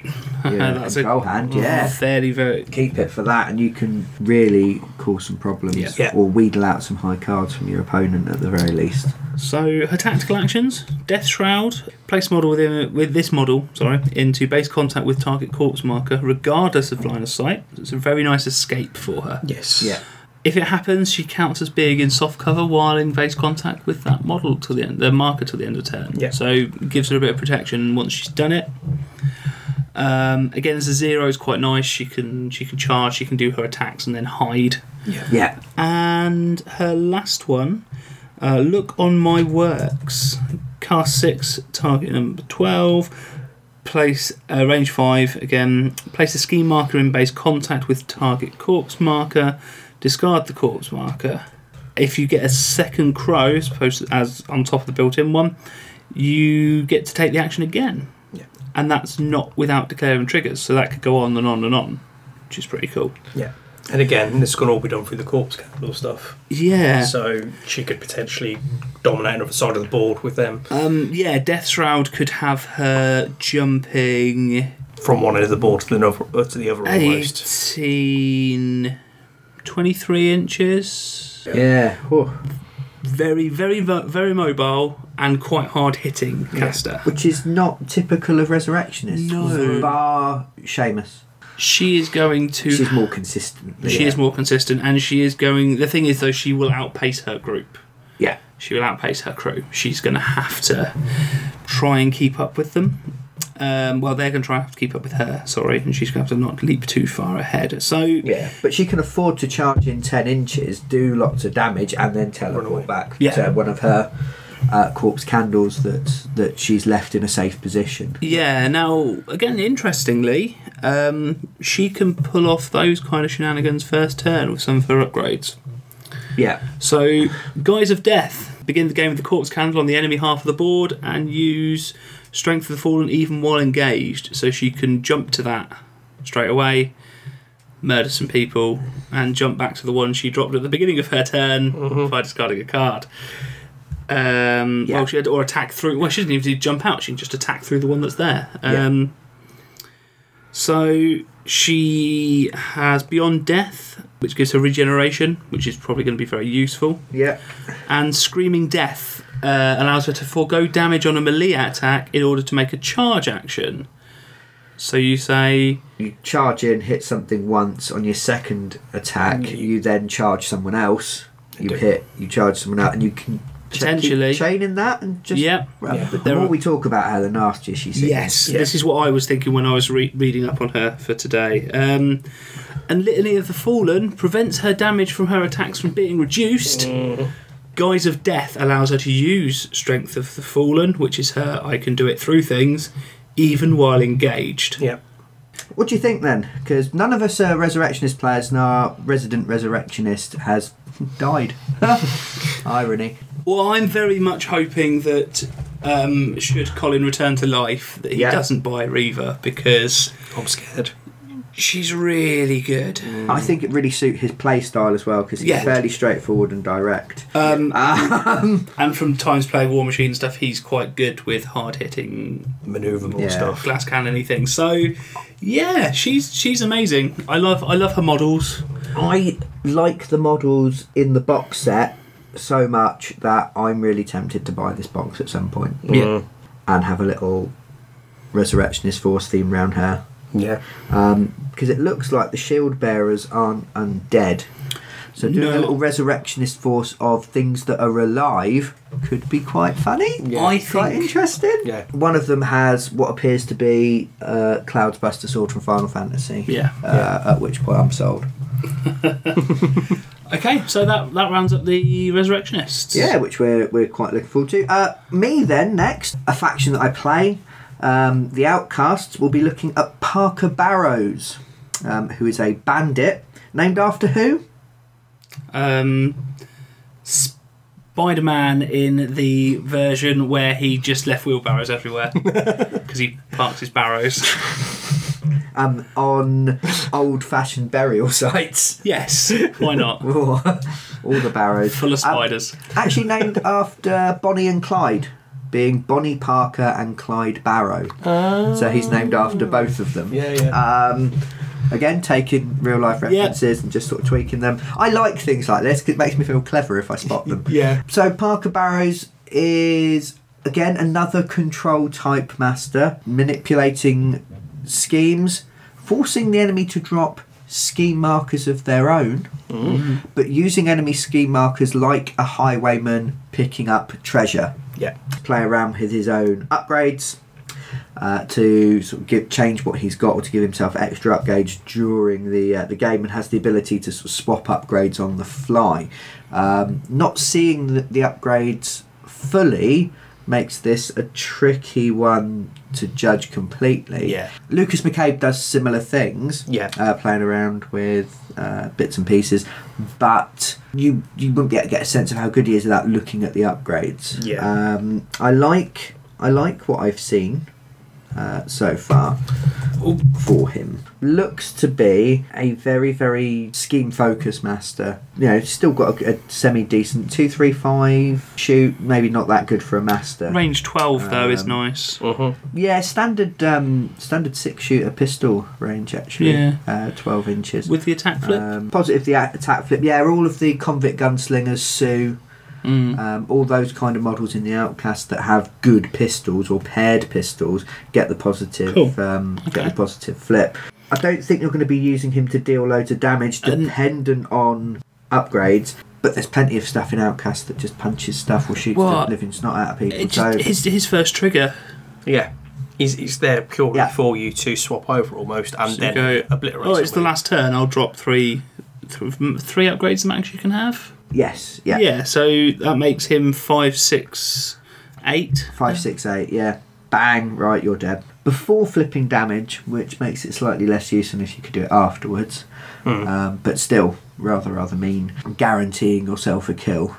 S1: your
S3: That's Mm. a-
S1: control hand, yeah,
S3: Fairly very
S1: keep it for that, and you can really cause some problems
S3: Yeah.
S2: Yeah.
S1: or wheedle out some high cards from your opponent at the very least.
S3: So her tactical actions: Death Shroud. Place model within with this model, sorry, into base contact with target corpse marker, regardless of line of sight. It's a very nice escape for her.
S2: Yes.
S1: Yeah.
S3: If it happens, she counts as being in soft cover while in base contact with that model till the end, the marker till the end of turn.
S2: Yeah.
S3: So it gives her a bit of protection once she's done it. Um, again, as a zero is quite nice. She can she can charge, she can do her attacks and then hide.
S2: Yeah.
S1: Yeah.
S3: And her last one, uh, look on my works. Cast six, target number twelve. Place uh, range five again. Place a scheme marker in base contact with target corpse marker. Discard the corpse marker. If you get a second crow, supposed as on top of the built-in one, you get to take the action again.
S2: Yeah.
S3: And that's not without declaring triggers, so that could go on and on and on, which is pretty cool.
S2: Yeah. And again, this can all be done through the corpse capital stuff.
S3: Yeah.
S2: So she could potentially dominate another side of the board with them
S3: Um, yeah, Death Shroud could have her jumping
S2: from one end of the board to the other, uh, to the other almost.
S3: 18, 23 inches.
S1: Yeah. Oh.
S3: Very, very, mo- very mobile and quite hard hitting caster.
S1: Which is not typical of resurrectionists.
S3: No.
S1: Bar Seamus.
S3: She is going to.
S1: She's more consistent.
S3: she is more consistent, and she is going. The thing is, though, she will outpace her group.
S1: Yeah.
S3: She will outpace her crew. She's going to have to try and keep up with them. Um, well, they're going to try and have to keep up with her, sorry, and she's going to have to not leap too far ahead. So,
S1: Yeah. But she can afford to charge in 10 inches, do lots of damage, and then
S2: Run away.
S1: teleport back
S3: Yeah.
S1: to one of her uh, corpse candles that, that she's left in a safe position.
S3: Yeah, now, again, interestingly, um, she can pull off those kind of shenanigans first turn with some of her upgrades.
S1: Yeah.
S3: So, Guise of Death. Begin the game with the corpse candle on the enemy half of the board and use Strength of the Fallen even while engaged. So she can jump to that straight away, murder some people, and jump back to the one she dropped at the beginning of her turn by discarding a card. Um,
S1: Mm-hmm. Yeah.
S3: Well, she had or attack through. Well, she didn't even need to jump out. She can just attack through the one that's there.
S1: Yeah.
S3: Um, So she has beyond death, which gives her regeneration, which is probably going to be very useful
S1: Yeah.
S3: and Screaming Death uh, allows her to forego damage on a melee attack in order to make a charge action. So you say,
S1: You charge in, hit something once. On your second attack, you then charge someone else. You
S2: do.
S1: hit, you charge someone else, and you can ch-
S3: Potentially.
S1: keep chaining that and just.
S3: Yep.
S1: Well,
S2: Yeah.
S1: The, the
S3: There
S1: more
S3: are-
S1: we talk about her, the nastier she seems.
S2: Yeah.
S3: This is what I was thinking when I was re- reading up on her for today. Um, and Litany of the Fallen prevents her damage from her attacks from being reduced.
S2: Mm.
S3: Guise of Death allows her to use Strength of the Fallen, which is her I can do it through things, even while engaged.
S2: Yeah.
S1: What do you think then? Because none of us are resurrectionist players, and our resident resurrectionist has died. Irony.
S3: Well, I'm very much hoping that um, should Colin return to life, that he
S1: Yeah.
S3: doesn't buy Reaver because
S2: I'm scared.
S3: she's really good.
S1: I think it really suit his play style as well because he's
S3: Yeah.
S1: fairly straightforward and direct.
S3: Um,
S1: Um,
S3: and from times playing War Machine stuff, he's quite good with hard hitting
S2: Maneuverable
S1: Yeah.
S2: stuff.
S3: glass cannony things. So, yeah, she's she's amazing. I love I love her models.
S1: I like the models in the box set so much that I'm really tempted to buy this box at some point
S3: Yeah.
S2: Mm.
S1: and have a little resurrectionist force theme round her
S2: Yeah.
S1: because it looks like the shield bearers aren't undead. So doing
S3: No.
S1: a little resurrectionist force of things that are alive could be quite funny.
S2: Yeah.
S3: I
S1: Quite
S3: think
S1: interesting.
S2: Yeah.
S1: One of them has what appears to be uh, Cloud's Buster Sword from Final Fantasy.
S3: Yeah.
S1: Uh, At which point I'm sold.
S3: okay. So that that rounds up the Resurrectionists.
S1: Yeah, which we're, we're quite looking forward to. Uh, me then next, a faction that I play, um, the Outcasts, will be looking at Parker Barrows, um, who is a bandit named after who?
S3: um, Spider Man in the version where he just left wheelbarrows everywhere because he parks his barrows.
S1: Um, on old-fashioned burial sites.
S3: yes, why not?
S1: All the barrows
S3: Full of
S1: Um,
S3: spiders.
S1: actually named after Bonnie and Clyde, being Bonnie Parker and Clyde Barrow. so he's named after both of them.
S2: Yeah, yeah.
S1: Um, again, taking real life references and just sort of tweaking them. I like things like this 'cause it makes me feel clever if I spot them.
S2: yeah.
S1: So Parker Barrows is again another control type master, manipulating schemes, forcing the enemy to drop scheme markers of their own, but using enemy scheme markers like a highwayman picking up treasure.
S2: Yeah.
S1: Play around with his own upgrades. Uh, to sort of give, change what he's got or to give himself extra upgrades during the uh, the game and has the ability to sort of swap upgrades on the fly. Um, not seeing the, the upgrades fully makes this a tricky one to judge completely.
S2: Yeah.
S1: Lucas McCabe does similar things.
S2: Yeah.
S1: uh, playing around with uh, bits and pieces, but you you wouldn't be able to get a sense of how good he is without looking at the upgrades.
S2: Yeah.
S1: Um, I like I like what I've seen uh, so far
S3: Oh.
S1: for him. Looks to be a very very scheme focused master. You know, still got a, semi decent two three five shoot. Maybe not that good for a master.
S3: Range 12, though, is
S1: Uh, Um,
S3: nice.
S1: Yeah, standard um, standard six shooter pistol range actually.
S3: Yeah.
S1: Uh, Twelve inches.
S3: With the attack flip?
S1: Um, positive the a- attack flip. Yeah, all of the convict gunslingers, Sue,
S3: Mm.
S1: um, all those kind of models in the Outcast that have good pistols or paired pistols get the positive.
S3: Cool.
S1: Um, Get
S3: Okay.
S1: the positive flip. I don't think you're going to be using him to deal loads of damage,
S3: And-
S1: dependent on upgrades. But there's plenty of stuff in Outcast that just punches stuff or shoots
S3: Well,
S1: the living snot out of people.
S3: It
S1: so
S3: just, his, his first trigger.
S2: Yeah. He's, he's there purely
S1: Yeah.
S2: for you to swap over almost and
S3: So you
S2: then
S3: go,
S2: obliterate.
S3: Oh, it's the
S2: somebody.
S3: last turn. I'll drop three, th- three upgrades max you can have.
S1: yes, yeah,
S3: so that makes him five, six, eight.
S1: Five, six, eight, yeah. Bang, right, you're dead. Before flipping damage, which makes it slightly less useful if you could do it afterwards, um, but still rather, rather mean. Guaranteeing yourself a kill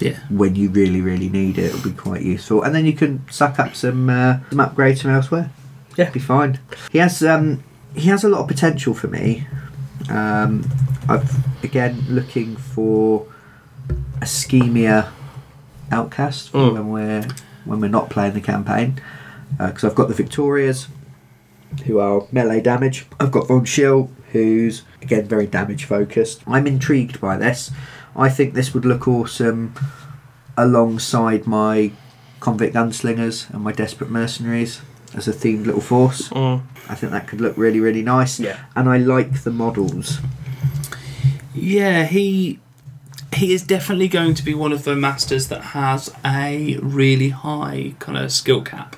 S3: Yeah.
S1: when you really, really need it will be quite useful. And then you can suck up some, uh, some upgrades from elsewhere.
S2: Yeah.
S1: Be fine. He has um, he has a lot of potential for me. Um, I've again looking for ischemia outcast
S2: Mm.
S1: when we're when we're not playing the campaign because I've got the Victorias who are melee damage. I've got Von Schill who's again very damage focused. I'm intrigued by this. I think this would look awesome alongside my convict gunslingers and my desperate mercenaries as a themed little force.
S2: Mm.
S1: I think that could look really, really nice.
S2: Yeah.
S1: And I like the models.
S3: Yeah, he he is definitely going to be one of the masters that has a really high kind of skill cap.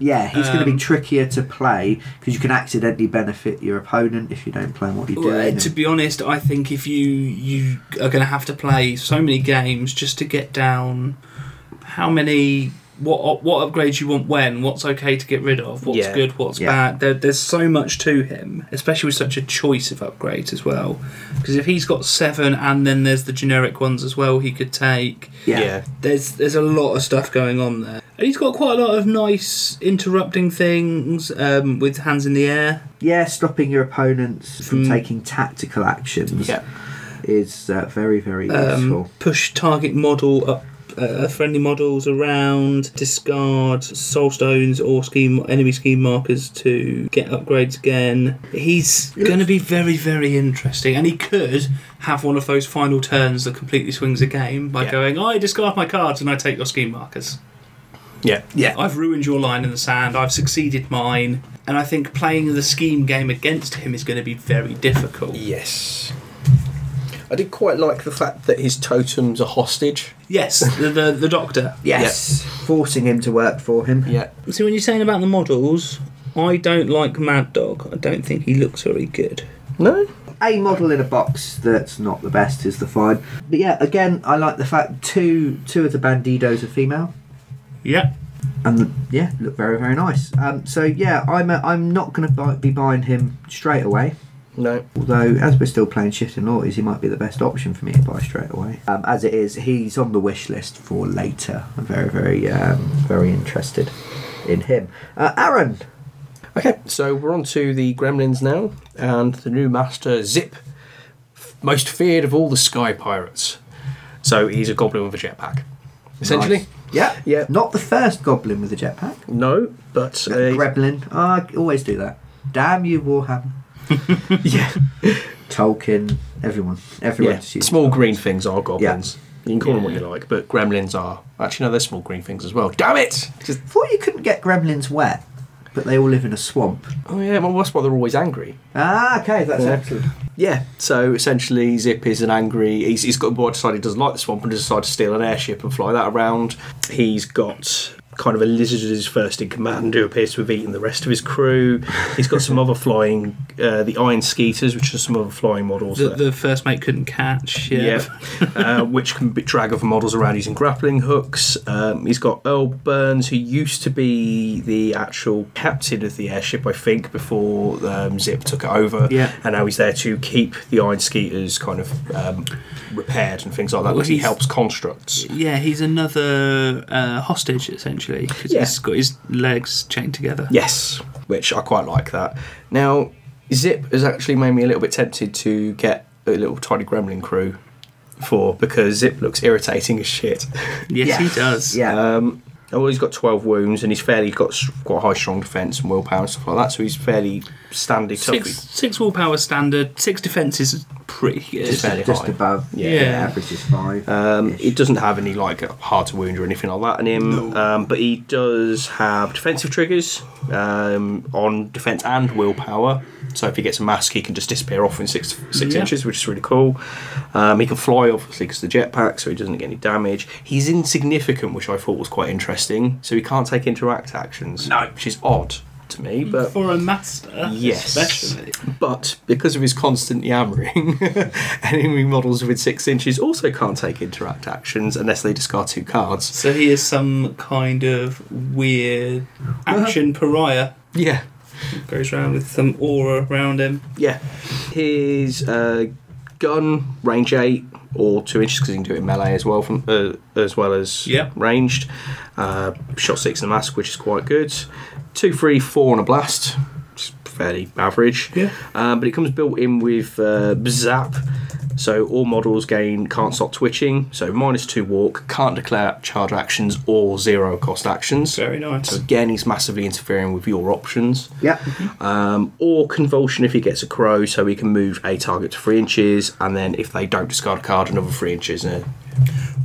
S1: Yeah, he's going to
S3: Um,
S1: be trickier to play because you can accidentally benefit your opponent if you don't play what you're
S3: Well, uh,
S1: doing.
S3: to be honest, I think if you you are going to have to play so many games just to get down how many what up- what upgrades you want when, what's okay to get rid of, what's
S2: Yeah.
S3: good, what's
S1: Yeah.
S3: bad. There, there's so much to him, especially with such a choice of upgrades as well. Because if he's got seven and then there's the generic ones as well, he could take.
S1: yeah.
S3: There's there's a lot of stuff going on there, and he's got quite a lot of nice interrupting things um, with hands in the air.
S1: Yeah, stopping your opponents from
S3: Mm.
S1: taking tactical actions
S2: Yeah.
S1: is uh, very, very
S3: um,
S1: useful.
S3: push target model up. Uh, friendly models around, discard soul stones or scheme enemy scheme markers to get upgrades again. He's going to be very, very interesting, and he could have one of those final turns that completely swings a game by
S2: Yeah.
S3: going, "I discard my cards and I take your scheme markers."
S2: Yeah.
S1: Yeah.
S3: I've ruined your line in the sand. I've succeeded mine, and I think playing the scheme game against him is going to be very difficult.
S2: Yes. I did quite like the fact that his totem's a hostage.
S3: Yes, the the, the doctor.
S1: Yes. Forcing him to work for him.
S2: Yeah.
S3: See, when you're saying about the models, I don't like Mad Dog. I don't think he looks very good.
S2: No?
S1: a model in a box that's not the best is the fine. But yeah, again, I like the fact two two of the bandidos are female,
S3: Yeah.
S1: and yeah, look very very nice. Um, so yeah, I'm i I'm not going to buy, be buying him straight away.
S2: No.
S1: Although, as we're still playing Shift and Noughties, he might be the best option for me to buy straight away. Um, as it is, he's on the wish list for later. I'm very, very, um, very interested in him. Uh, Aaron,
S2: Okay, so we're on to the gremlins now, and the new master, Zip, f- most feared of all the sky pirates. So he's a goblin with a jetpack, essentially.
S1: Nice. yeah,
S2: Yeah.
S1: not the first goblin with a jetpack.
S2: No, but uh,
S1: Gremlin. Oh, I always do that. Damn you, Warhammer.
S2: yeah,
S1: Tolkien, everyone, everyone.
S2: yeah.
S1: just uses-
S2: small green things are goblins. You can call them what you like, but gremlins are actually no, they're small green things as well. Damn it! Just,
S1: Thought you couldn't get gremlins wet, but they all live in a swamp.
S2: oh yeah, well that's why they're always angry.
S1: Ah, okay, that's
S2: Yeah.
S1: excellent.
S2: Yeah, so essentially Zip is an angry. He's, he's got well, decided he doesn't like the swamp and decided to steal an airship and fly that around. He's got kind of a lizard as his first in command who appears to have eaten the rest of his crew. He's got some other flying, uh, the Iron Skeeters, which are some other flying models.
S3: The,
S2: that-
S3: the first mate couldn't catch. Yeah.
S2: yeah, uh, which can be drag other models around using grappling hooks. Um, he's got Earl Burns, who used to be the actual captain of the airship, I think, before um, Zip took it over.
S1: Yeah.
S2: And now he's there to keep the Iron Skeeters kind of um, repaired and things like that,
S3: Well,
S2: because he
S3: he's-
S2: helps constructs.
S3: Yeah, he's another uh, hostage essentially because
S2: Yeah.
S3: he's got his legs chained together.
S2: Yes, which I quite like that. Now, Zip has actually made me a little bit tempted to get a little tiny gremlin crew for, because Zip looks irritating as shit.
S3: Yes,
S1: Yeah.
S3: he does.
S1: Yeah.
S2: Um, oh, well, he's got 12 wounds and he's fairly got s- quite high strong defence and willpower and stuff like that, so he's fairly standing tough.
S3: Six six willpower standard. Six defense is pretty good.
S2: It's fairly
S1: just
S2: high.
S1: above.
S2: Yeah.
S1: average is five.
S2: Um, it doesn't have any like hard to wound or anything like that in him, um, but he does have defensive triggers um, on defense and willpower. So if he gets a mask, he can just disappear off in six six
S3: Yeah.
S2: inches, which is really cool. Um, he can fly obviously because the jetpack, so he doesn't get any damage. He's insignificant, which I thought was quite interesting. So he can't take interact actions,
S3: No.
S2: which is odd to me, but
S3: For a master,
S2: Yes.
S3: especially.
S2: but because of his constant yammering, enemy models with six inches also can't take interact actions unless they discard two cards.
S3: So he is some kind of weird
S2: Uh-huh.
S3: action pariah.
S2: Yeah,
S3: Goes around with some aura around him.
S2: yeah. His uh, gun range eight or two inches because he can do it in melee as well, from uh, as well as
S3: Yeah.
S2: ranged. Uh, shot six and a mask, which is quite good. Two, three, four, and a blast. Which is fairly average.
S3: Yeah.
S2: Um, but it comes built in with uh, Zap. So all models gain can't stop twitching. So minus two walk, can't declare charge actions or zero cost actions.
S4: Very nice.
S2: So again, he's massively interfering with your options.
S1: Yeah.
S2: Um, or convulsion if he gets a crow, so he can move a target to three inches, and then if they don't discard a card, another three inches. Uh,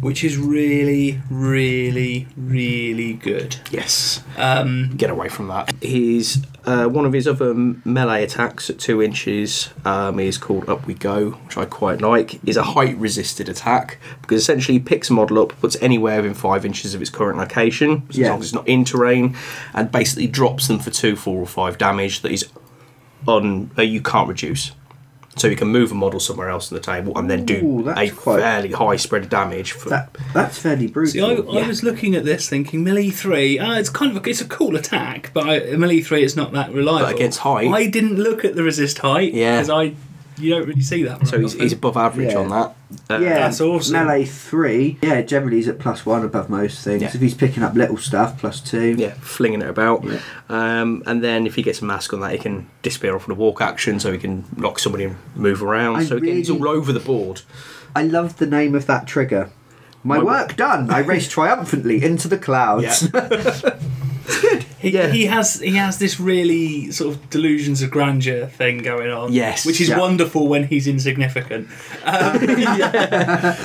S4: Which is really, really, really good.
S2: yes,
S4: Um,
S2: get away from that. His uh, one of his other melee attacks at two inches um, is called Up We Go, which I quite like. is a height resisted attack because essentially he picks a model up, puts it anywhere within five inches of its current location, so
S1: Yeah.
S2: as long as it's not in terrain, and basically drops them for two, four, or five damage that is on uh, you can't reduce. So you can move a model somewhere else on the table and then do
S1: Ooh,
S2: a
S1: that's quite-
S2: fairly high spread of damage. For,
S1: That that's fairly brutal.
S4: see, I, I was looking at this thinking melee three. Ah, it's kind of a, it's a cool attack, but I, melee three is not that reliable.
S2: But against height-
S4: I didn't look at the resist height.
S2: Yeah.
S4: because I you don't really see that.
S2: so he's, he's above average
S1: Yeah.
S2: on that. Uh,
S1: yeah,
S4: that's awesome.
S1: Melee three. Yeah, generally he's at plus one above most things.
S2: Yeah.
S1: If he's picking up little stuff, plus two.
S2: yeah, flinging it about. Um, and then if he gets a mask on that, he can disappear off with a walk action, so he can lock somebody and move around.
S1: I
S2: so again, he's
S1: really-
S2: all over the board.
S1: I love the name of that trigger. My,
S2: My-
S1: work done. I race triumphantly into the clouds.
S4: He,
S2: Yeah.
S4: he has he has this really sort of delusions of grandeur thing going on.
S2: Yes.
S4: which is
S1: Yeah.
S4: wonderful when he's insignificant. Um, yeah,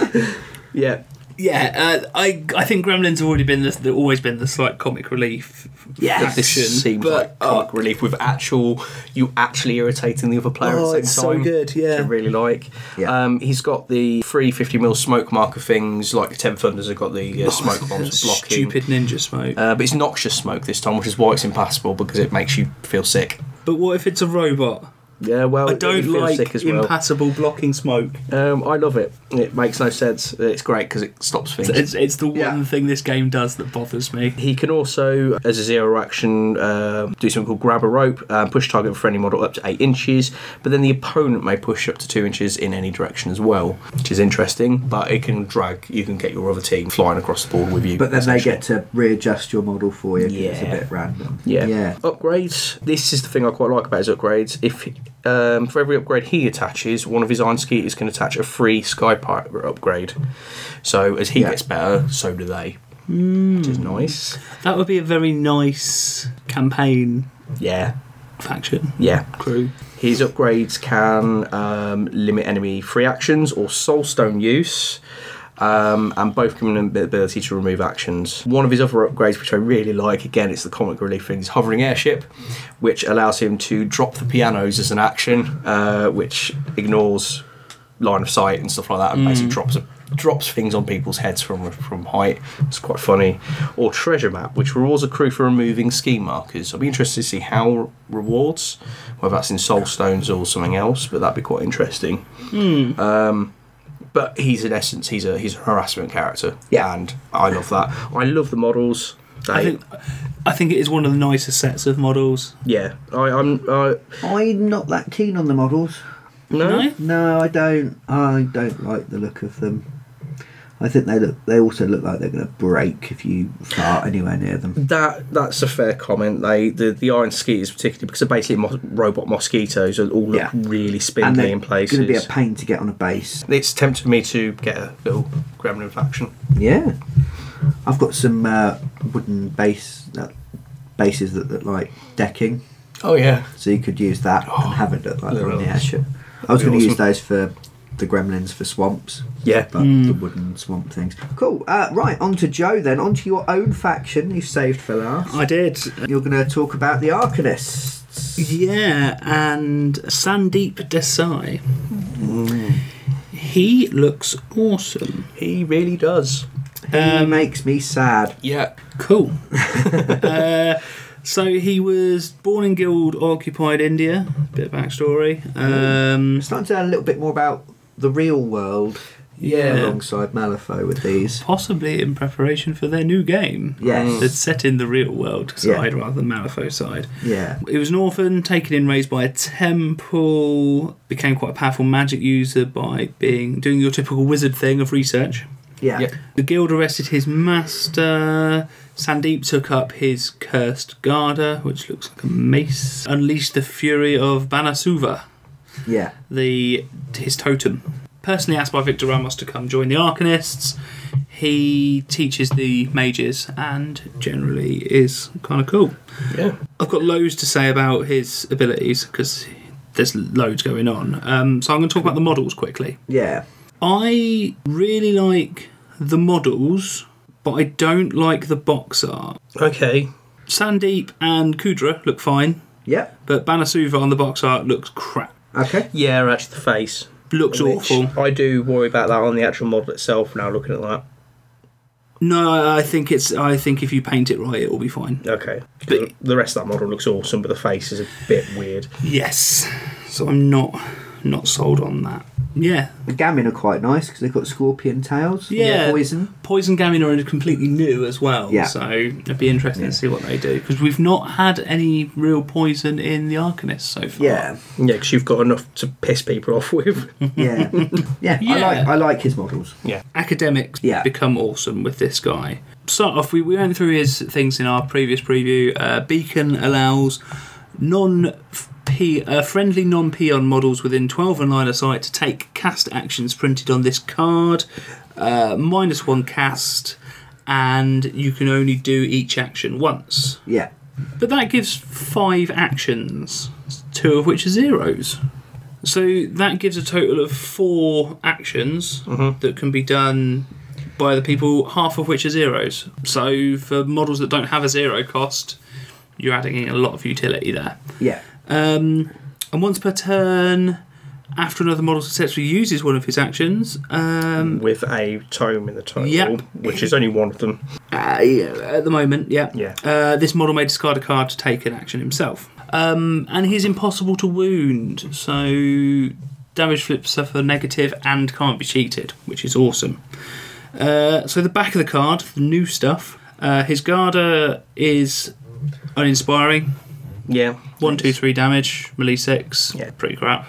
S2: Yeah,
S4: yeah, uh, I I think Gremlins have already been the, they've always been the slight comic relief.
S1: Yes.
S2: this
S4: action,
S2: seems
S4: but,
S2: like comic relief with actual you actually irritating the other player
S4: Oh,
S2: at the
S4: it's
S2: same
S4: so
S2: time.
S4: good, yeah.
S2: which I really like.
S1: Yeah.
S2: Um, he's got the free 50 mil smoke marker things, like the Ten Thunders have got the uh, smoke bombs for blocking.
S3: Stupid ninja smoke.
S2: Uh, but it's noxious smoke this time, which is why it's impassable because it makes you feel sick.
S3: but what if it's a robot?
S2: Yeah, well,
S3: I
S2: you
S3: don't
S2: feel
S3: like
S2: sick as well.
S3: impassable blocking smoke.
S2: Um, I love it. It makes no sense. It's great because it stops things.
S3: It's, it's the one
S1: Yeah.
S3: thing this game does that bothers me.
S2: he can also, as a zero action, uh, do something called grab a rope, uh, push target for any model up to eight inches, but then the opponent may push up to two inches in any direction as well, which is interesting. But it can drag, you can get your other team flying across the board with you.
S1: But then they
S2: essentially.
S1: get to readjust your model for you. 'cause It's a
S2: Yeah.
S1: bit random.
S2: Yeah.
S1: Yeah.
S2: Upgrades. This is the thing I quite like about his upgrades. If um, for every upgrade he attaches, one of his Iron Skeeters can attach a free Sky Pirate upgrade. So as he
S1: Yeah. Hmm.
S2: gets better, so do they. Which is nice.
S3: That would be a very nice campaign
S2: Yeah.
S3: faction
S2: Yeah.
S3: crew.
S2: His upgrades can um, limit enemy free actions or soulstone use, um, and both give him the ability to remove actions. One of his other upgrades, which I really like, again, it's the comic relief thing, is hovering airship, which allows him to drop the pianos as an action, uh, which ignores line of sight and stuff like that, and basically drops drops things on people's heads from from height. It's quite funny. Or treasure map, which rewards a crew for removing ski markers. I'll be interested to see how rewards, whether that's in soul stones or something else, but that'd be quite interesting. Um, but he's in essence, he's a he's a harassment character,
S1: Yeah.
S2: and I love that. I love the models. They,
S3: I think I think it is one of the nicest sets of models.
S2: yeah, I, I'm. I,
S1: I'm not that keen on the models.
S2: no,
S3: No?
S1: No, I don't. I don't like the look of them. I think they look. They also look like they're going to break if you fart anywhere near them.
S2: That that's a fair comment. They the, the iron skeeters particularly because they're basically mos- robot mosquitoes and all look
S1: Yeah.
S2: really
S1: and
S2: spindly
S1: they're
S2: in
S1: going
S2: places.
S1: to be a pain to get on a base.
S2: it's tempted me to get a little gremlin faction.
S1: Yeah, I've got some uh, wooden base that bases that look like decking,
S2: Oh yeah,
S1: so you could use that
S3: Oh,
S1: and have it look like they're on the
S2: Little-
S1: airship. I was
S2: that'd
S1: going
S2: be
S1: to use those for the gremlins for swamps,
S2: yeah.
S1: but the
S3: Hmm.
S1: wooden swamp things. Cool. Uh, right, on to Joe then. On to your own faction you saved for last.
S3: I did.
S1: You're going to talk about the Arcanists.
S3: Yeah, and Sandeep Desai. Mm. He looks awesome.
S2: He really does.
S1: he
S3: Um,
S1: makes me sad.
S2: Yeah,
S3: Cool. uh, so he was born in Guild occupied India. Bit of backstory. Um,
S1: I'm starting to learn a little bit more about the real world
S3: yeah.
S1: alongside Malifaux with these.
S3: Possibly in preparation for their new game.
S1: Yes.
S3: That's set in the real world
S1: Yeah.
S3: side rather than Malifaux side.
S1: Yeah.
S3: He was an orphan, taken in, raised by a temple, became quite a powerful magic user by being doing your typical wizard thing of research.
S1: Yeah.
S2: Yeah.
S3: The guild arrested his master. Sandeep took up his cursed Garda, which looks like a mace. Unleashed the fury of Banasuva,
S1: Yeah.
S3: the his totem. Personally asked by Victor Ramos to come join the Arcanists. He teaches the mages and generally is kind of cool.
S2: Yeah.
S3: I've got loads to say about his abilities because there's loads going on. Um, so I'm going to talk about the models quickly.
S1: Yeah.
S3: I really like the models, but I don't like the box art.
S2: Okay.
S3: Sandeep and Kudra look fine,
S1: Yep.
S3: but Banasuva on the box art looks crap.
S1: Okay.
S2: Yeah, actually, the face.
S3: Looks
S2: Which
S3: awful.
S2: I do worry about that on the actual model itself now, looking at that.
S3: No, I think it's. I think if you paint it right, it will be fine.
S2: Okay.
S3: But-
S2: the rest of that model looks awesome, but the face is a bit weird.
S3: Yes. So I'm not not sold on that. Yeah.
S1: The gamin are quite nice because they've got scorpion tails.
S3: Yeah.
S1: Poison.
S3: Poison Gamin are completely new as well,
S1: Yeah.
S3: so it'd be interesting to see what they do because we've not had any real poison in the Arcanist so far.
S1: Yeah.
S2: Yeah, because you've got enough to piss people off with.
S1: Yeah. yeah. I
S3: Yeah.
S1: like I like his models.
S3: academics
S1: Yeah.
S3: become awesome with this guy. Start off, we, we went through his things in our previous preview. Uh, Beacon allows non p uh, friendly non peon models within 12 and line of sight to take cast actions printed on this card, uh, minus one cast, and you can only do each action once.
S1: Yeah.
S3: But that gives five actions, two of which are zeros. So that gives a total of four actions that can be done by the people, half of which are zeros. So for models that don't have a zero cost, you're adding in a lot of utility there.
S1: Yeah.
S3: Um, and once per turn, after another model successfully uses one of his actions, um,
S2: with a tome in the title,
S3: Yep.
S2: which is only one of them.
S3: Uh, yeah, at the moment, yeah.
S2: Yeah.
S3: Uh, this model may discard a card to take an action himself. Um, and he's impossible to wound, so damage flips suffer negative and can't be cheated, which is awesome. Uh, so the back of the card, the new stuff, uh, his Garda is uninspiring.
S2: Yeah.
S3: One, two, three damage, melee six.
S2: Yeah.
S3: Pretty crap.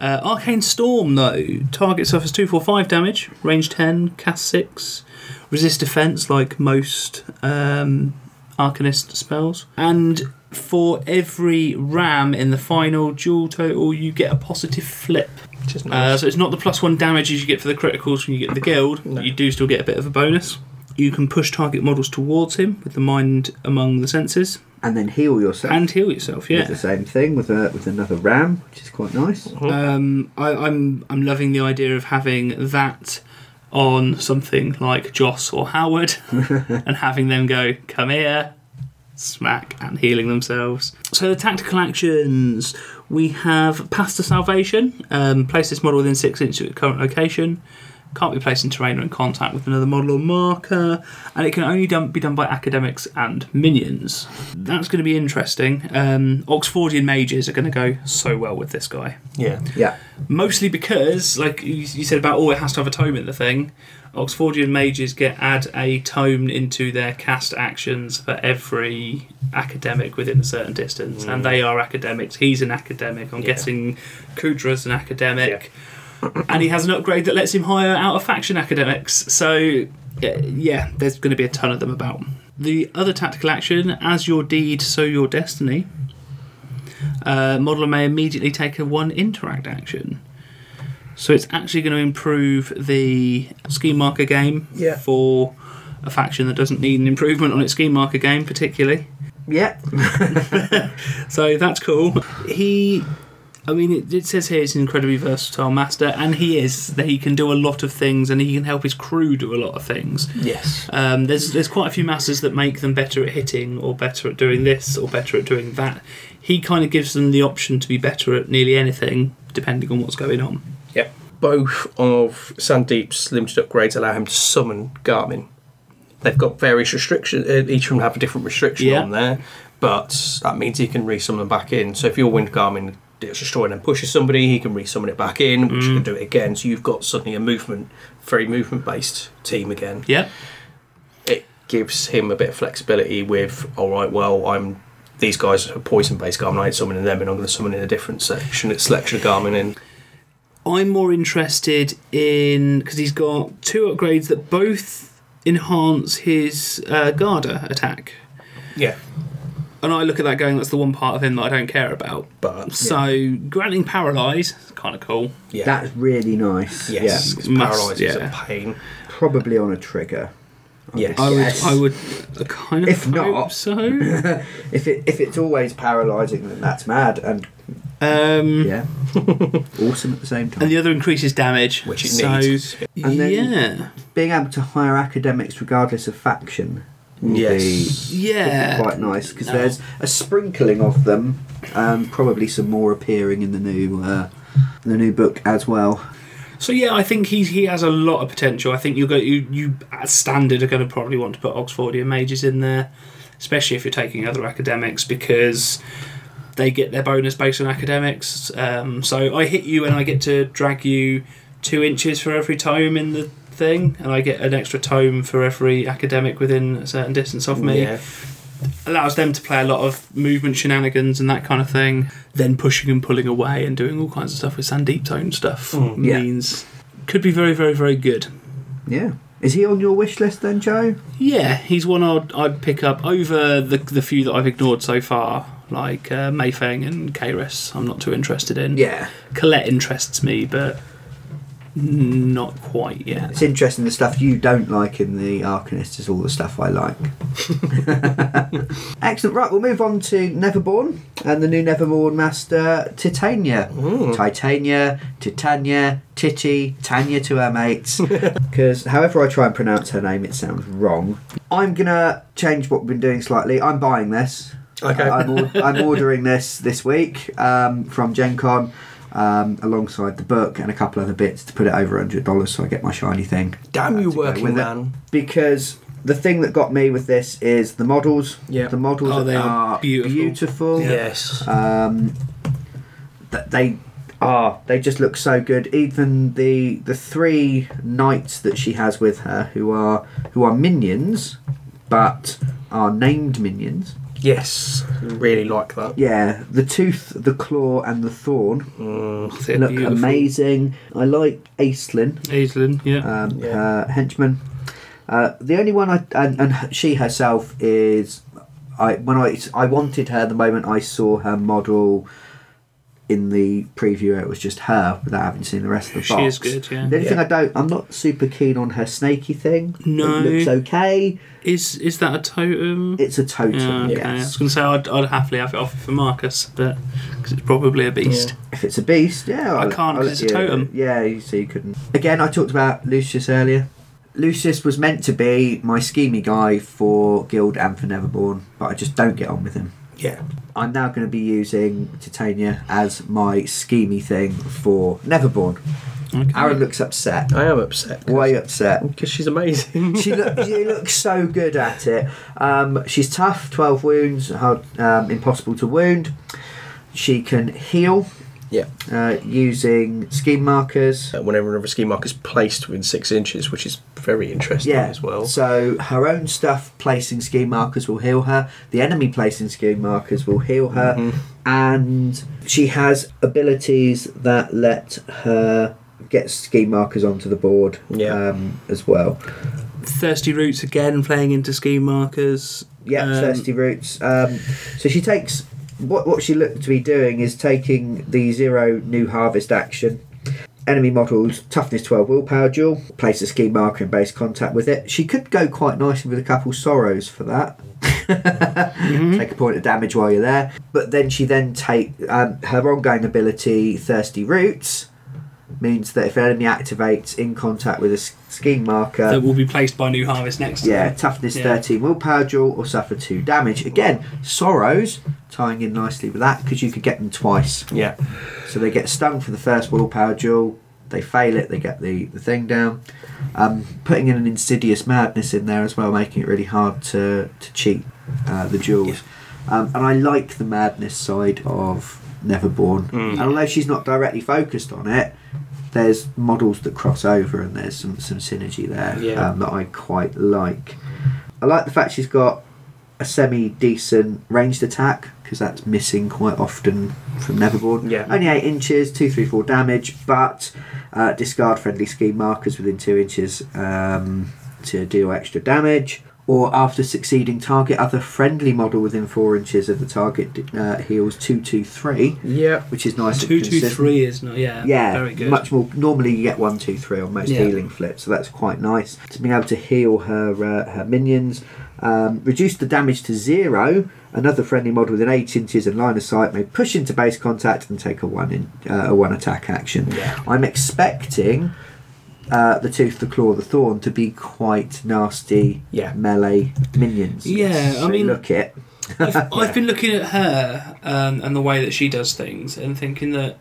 S3: Uh, Arcane Storm, though. Target suffers 2, 4, 5 damage, range 10, cast 6, resist defense like most um, Arcanist spells. And for every ram in the final dual total, you get a positive flip.
S2: Which is
S3: Uh,
S2: nice.
S3: so it's not the plus one damages you get for the criticals when you get the guild. You do still get a bit of a bonus. You can push target models towards him with the mind among the senses
S1: And then heal yourself.
S3: and heal yourself. Yeah,
S1: With the same thing with a with another ram, which is quite nice.
S3: Um, I, I'm I'm loving the idea of having that on something like Joss or Howard, and having them go come here, smack, and healing themselves. So the tactical actions we have Path to Salvation. Um, place this model within six inches of its current location. Can't be placed in terrain or in contact with another model or marker, and it can only done, be done by academics and minions. That's going to be interesting. Um, Oxfordian mages are going to go so well with this guy
S2: yeah.
S1: Yeah.
S3: mostly because, like you, you said about, oh, it has to have a tome in the thing. Oxfordian mages get add a tome into their cast actions for every academic within a certain distance, and they are academics. He's an academic. I'm
S2: Yeah.
S3: guessing Kudra's an academic, and he has an upgrade that lets him hire out of faction academics. So, uh, yeah, there's going to be a ton of them about. The other tactical action, as your deed, so your destiny. Uh, modeler may immediately take a one interact action. So it's actually going to improve the scheme marker game
S2: Yeah.
S3: for a faction that doesn't need an improvement on its scheme marker game, particularly.
S1: Yeah.
S3: So that's cool. He, I mean, it, it says here he's an incredibly versatile master, and he is. That he can do a lot of things, and he can help his crew do a lot of things.
S2: Yes.
S3: Um, there's there's quite a few masters that make them better at hitting, or better at doing this, or better at doing that. He kind of gives them the option to be better at nearly anything, depending on what's going on.
S2: Yep. Both of Sandeep's limited upgrades allow him to summon Garmin. They've got various restrictions. uh, Each of them have a different restriction
S3: Yeah.
S2: on there, but that means he can re-summon them back in. So if your wind Garmin gets destroyed and pushes somebody, he can re-summon it back in, which you can do it again. So you've got suddenly a movement, very movement-based team again.
S3: Yeah.
S2: it gives him a bit of flexibility with all right well i'm these guys are poison based garmin i ain't summoning them and i'm going to summon in a different section it's selection of garmin and
S3: I'm more interested in because he's got two upgrades that both enhance his uh, Garda attack.
S2: Yeah.
S3: And I look at that going, that's the one part of him that I don't care about.
S2: But
S3: So granting paralyze, kind of cool.
S2: yeah.
S1: That's really nice.
S2: yes.
S1: Yeah.
S2: Because
S3: must-
S2: paralysis is a
S3: yeah.
S2: pain.
S1: Probably on a trigger.
S2: Yes.
S3: I would,
S1: Yes.
S3: I would uh, kind of
S1: If
S3: hope
S1: not-
S3: so.
S1: If it if it's always paralysing, then that's mad and
S3: Um,
S1: yeah, awesome at the same time.
S3: And the other increases damage,
S2: Which it
S3: so,
S2: needs.
S1: And then-
S3: yeah,
S1: Being able to hire academics regardless of faction will
S2: Yes.
S1: be
S3: yeah,
S1: quite nice because
S3: No.
S1: there's a sprinkling of them, and probably some more appearing in the new uh, the new book as well.
S3: So yeah, I think he he has a lot of potential. I think you're going you you as standard are going to probably want to put Oxfordian mages in there, especially if you're taking other academics because they get their bonus based on academics. Um, so I hit you and I get to drag you two inches for every tome in the thing, and I get an extra tome for every academic within a certain distance of me
S2: Yeah.
S3: allows them to play a lot of movement shenanigans and that kind of thing. Then pushing and pulling away and doing all kinds of stuff with Sandeep's own stuff
S1: Hmm. yeah.
S3: means could be very, very, very good.
S1: Yeah, is he on your wish list then, Joe?
S3: Yeah, he's one I'd, I'd pick up over the the few that I've ignored so far, like uh, Mayfang and Kairos. I'm not too interested in.
S1: Yeah,
S3: Colette interests me, but not quite yet.
S1: it's interesting. The stuff you don't like in the Arcanist is all the stuff I like. Excellent. Right, we'll move on to Neverborn and the new Neverborn master, Titania. Titania, Titania, Titty, Tanya to her mates. Because however I try and pronounce her name, it sounds wrong. I'm going to change what we've been doing slightly. I'm buying this.
S2: Okay.
S1: I'm, or- I'm ordering this this week um, from Gen Con. Um, alongside the book and a couple other bits to put it over $100 so I get my shiny thing
S2: Damn
S1: to
S2: you,
S1: go with
S2: working
S1: it.
S2: man.
S1: because the thing that got me with this is the models.
S2: Yeah.
S1: The models
S3: Oh, they are
S1: are beautiful.
S3: beautiful.
S2: Yes.
S1: Um, th- they are. They just look so good. Even the the three knights that she has with her, who are who are minions, but are named minions.
S2: Yes. Really like that.
S1: Yeah, the tooth, the claw, and the thorn
S2: Mm.
S3: They're
S1: look
S3: beautiful.
S1: amazing. I like Aislinn.
S3: Aislinn, yeah.
S1: um,
S2: Yeah.
S1: her henchman. Uh, the only one I and, and she herself is I when I I wanted her the moment I saw her model in the preview. It was just her without having seen the rest of the
S3: She
S1: box.
S3: is good, yeah.
S1: The only thing
S2: Yeah.
S1: I don't, I'm not super keen on her snaky thing.
S3: No.
S1: it looks okay.
S3: is is that a totem?
S1: It's a totem.
S3: Yeah, okay. I was
S1: Yes,
S3: going to say I'd, I'd happily have it offered for Marcus, but because it's probably a beast.
S1: if it's a beast, yeah. I'll- I'll
S3: can't 'cause
S1: let
S3: it's a
S1: you-
S3: totem.
S1: Yeah, you- so you couldn't. Again, I talked about Lucius earlier. Lucius was meant to be my schemy guy for Guild and for Neverborn, but I just don't get on with him.
S2: Yeah.
S1: I'm now going to be using Titania as my schemy thing for Neverborn.
S3: Okay.
S1: Aaron looks upset.
S2: I am upset.
S1: Way upset.
S2: Because she's amazing.
S1: She, look, she looks so good at it. Um, she's tough, 12 wounds, hard, um, impossible to wound. She can heal
S2: yeah.
S1: uh, using scheme markers.
S2: Uh, whenever another ski mark is placed within six inches, which is very interesting
S1: Yeah.
S2: as well.
S1: So her own stuff placing scheme markers will heal her. The enemy placing scheme markers will heal
S2: Mm-hmm.
S1: her, and she has abilities that let her get scheme markers onto the board
S2: Yeah.
S1: um, as well.
S3: Thirsty Roots again playing into scheme markers.
S1: Yeah,
S3: Um,
S1: thirsty roots. Um, so she takes what what she looked to be doing is taking the zero new harvest action. Enemy models, toughness 12 willpower duel, place a ski marker in base contact with it. She could go quite nicely with a couple sorrows for that.
S3: Mm-hmm.
S1: Take a point of damage while you're there. But then she then take um, her ongoing ability, Thirsty Roots, means that if an enemy activates in contact with a s- scheme marker,
S3: that will be placed by New Harvest next.
S1: uh, yeah,
S3: time.
S1: toughness
S3: Yeah.
S1: 13 willpower duel or suffer 2 damage. Again, sorrows tying in nicely with that because you could get them twice.
S2: yeah.
S1: So they get stung for the first willpower duel, they fail it, they get the, the thing down. Um, putting in an insidious madness in there as well, making it really hard to, to cheat uh, the duels. Um, and I like the madness side of Neverborn. And although she's not directly focused on it, there's models that cross over and there's some, some synergy there
S2: Yeah.
S1: um, that I quite like. I like the fact she's got a semi decent ranged attack because that's missing quite often from Neverborn.
S2: Yeah.
S1: Only 8 inches, 2, 3, 4 damage, but uh, discard friendly scheme markers within 2 inches um, to deal extra damage. Or after succeeding target, other friendly model within 4 inches of the target uh, heals 2, 2, 3,
S2: Yeah.
S1: which is nice. and
S3: Two, two,
S1: consistent.
S3: three is not. Yeah,
S1: Yeah,
S3: very good.
S1: much more. Normally, you get one, two, three on most
S3: Yeah.
S1: healing flips, so that's quite nice. To being able to heal her uh, her minions, um, reduce the damage to zero. Another friendly model within eight inches and line of sight may push into base contact and take a one in uh, a one attack action. I'm expecting uh, the tooth, the claw, the thorn to be quite nasty
S2: Yeah.
S1: melee minions.
S3: Yeah, I
S1: They
S3: mean-
S1: look it.
S3: I've, I've been looking at her um, and the way that she does things and thinking that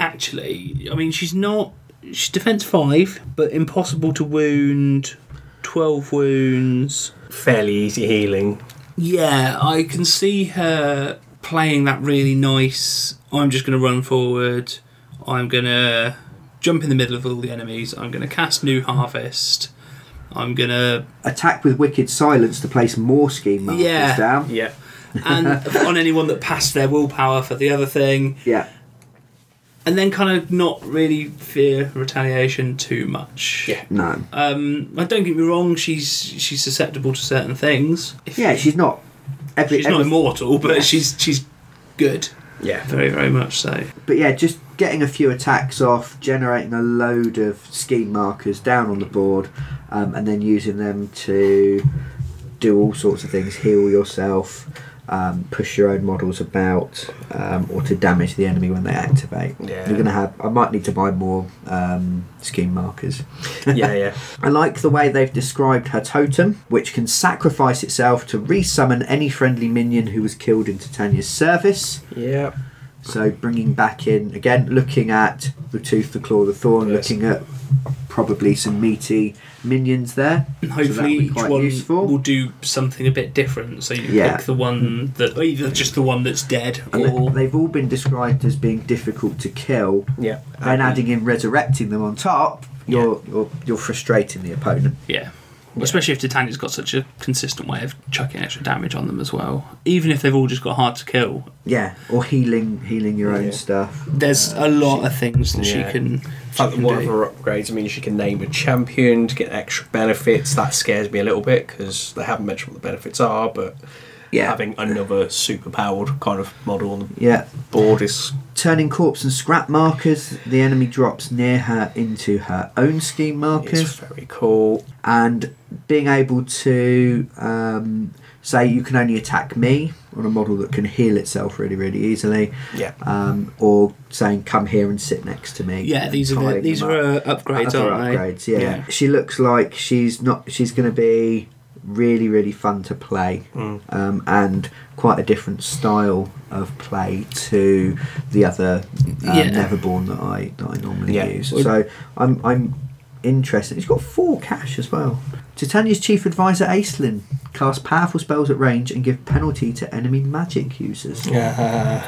S3: actually, I mean, she's not. She's defense five, but impossible to wound, 12 wounds.
S2: Fairly easy healing.
S3: Yeah, I can see her playing that really nice. I'm just going to run forward. I'm going to jump in the middle of all the enemies. I'm going to cast New Harvest. I'm going to.
S1: Attack with wicked silence to place more scheme markers
S3: Yeah.
S1: down.
S2: Yeah.
S3: And on anyone that passed their willpower for the other thing.
S1: Yeah.
S3: and then kind of not really fear retaliation too much.
S2: Yeah.
S1: No.
S3: Um, I don't get me wrong; she's she's susceptible to certain things. If
S1: Yeah, she's not. Every,
S3: she's not
S1: every-
S3: immortal, but
S1: Yes.
S3: she's she's good,
S2: Yeah.
S3: very very much so.
S1: But yeah, just getting a few attacks off, generating a load of scheme markers down on the board, um, and then using them to do all sorts of things heal yourself, um, push your own models about, um, or to damage the enemy when they activate.
S2: Yeah.
S1: You're going to have. I might need to buy more um, scheme markers.
S2: Yeah. Yeah.
S1: I like the way they've described her totem, which can sacrifice itself to resummon any friendly minion who was killed in Titania's service.
S2: Yeah.
S1: So bringing back in again, looking at the tooth, the claw, the thorn,
S2: Yes.
S1: looking at probably some meaty minions there.
S3: And
S1: So that would
S3: hopefully,
S1: be
S3: each
S1: quite
S3: one
S1: useful.
S3: will do something a bit different. So you
S1: Yeah.
S3: pick the one that either just the one that's dead
S1: And they-
S3: or
S1: They've all been described as being difficult to kill.
S2: Yeah.
S1: Then adding in resurrecting them on top, you're you're, you're frustrating the opponent.
S3: yeah. Especially if Titania's got such a consistent way of chucking extra damage on them as well. Even if they've all just got hard to kill,
S1: Yeah, or healing healing your own
S2: Yeah.
S1: stuff. Uh,
S3: there's a lot of things that
S2: Yeah.
S3: she can. She
S2: Like
S3: can
S2: one
S3: do.
S2: of her upgrades, I mean, she can name a champion to get extra benefits. That scares me a little bit because they haven't mentioned what the benefits are, but
S1: Yeah.
S2: having another super powered kind of model on the
S1: Yeah.
S2: board is.
S1: Turning corpse and scrap markers, the enemy drops near her into her own scheme markers.
S2: It's very cool.
S1: and being able to um, say you can only attack me on a model that can heal itself really really easily
S2: Yeah.
S1: um, or saying come here and sit next to me
S3: Yeah, these are the,
S1: Tying
S3: these
S1: them
S3: are
S1: up.
S3: uh, upgrades,
S1: Other
S3: aren't
S1: upgrades
S3: they?
S1: yeah. she looks like she's not she's going to be really really fun to play um, and quite a different style of play to the other uh,
S3: Yeah.
S1: neverborn that i that i normally
S2: Yeah.
S1: use so i'm i'm interested he's got four cash as well titania's chief advisor aislinn cast powerful spells at range and give penalty to enemy magic users
S2: Yeah.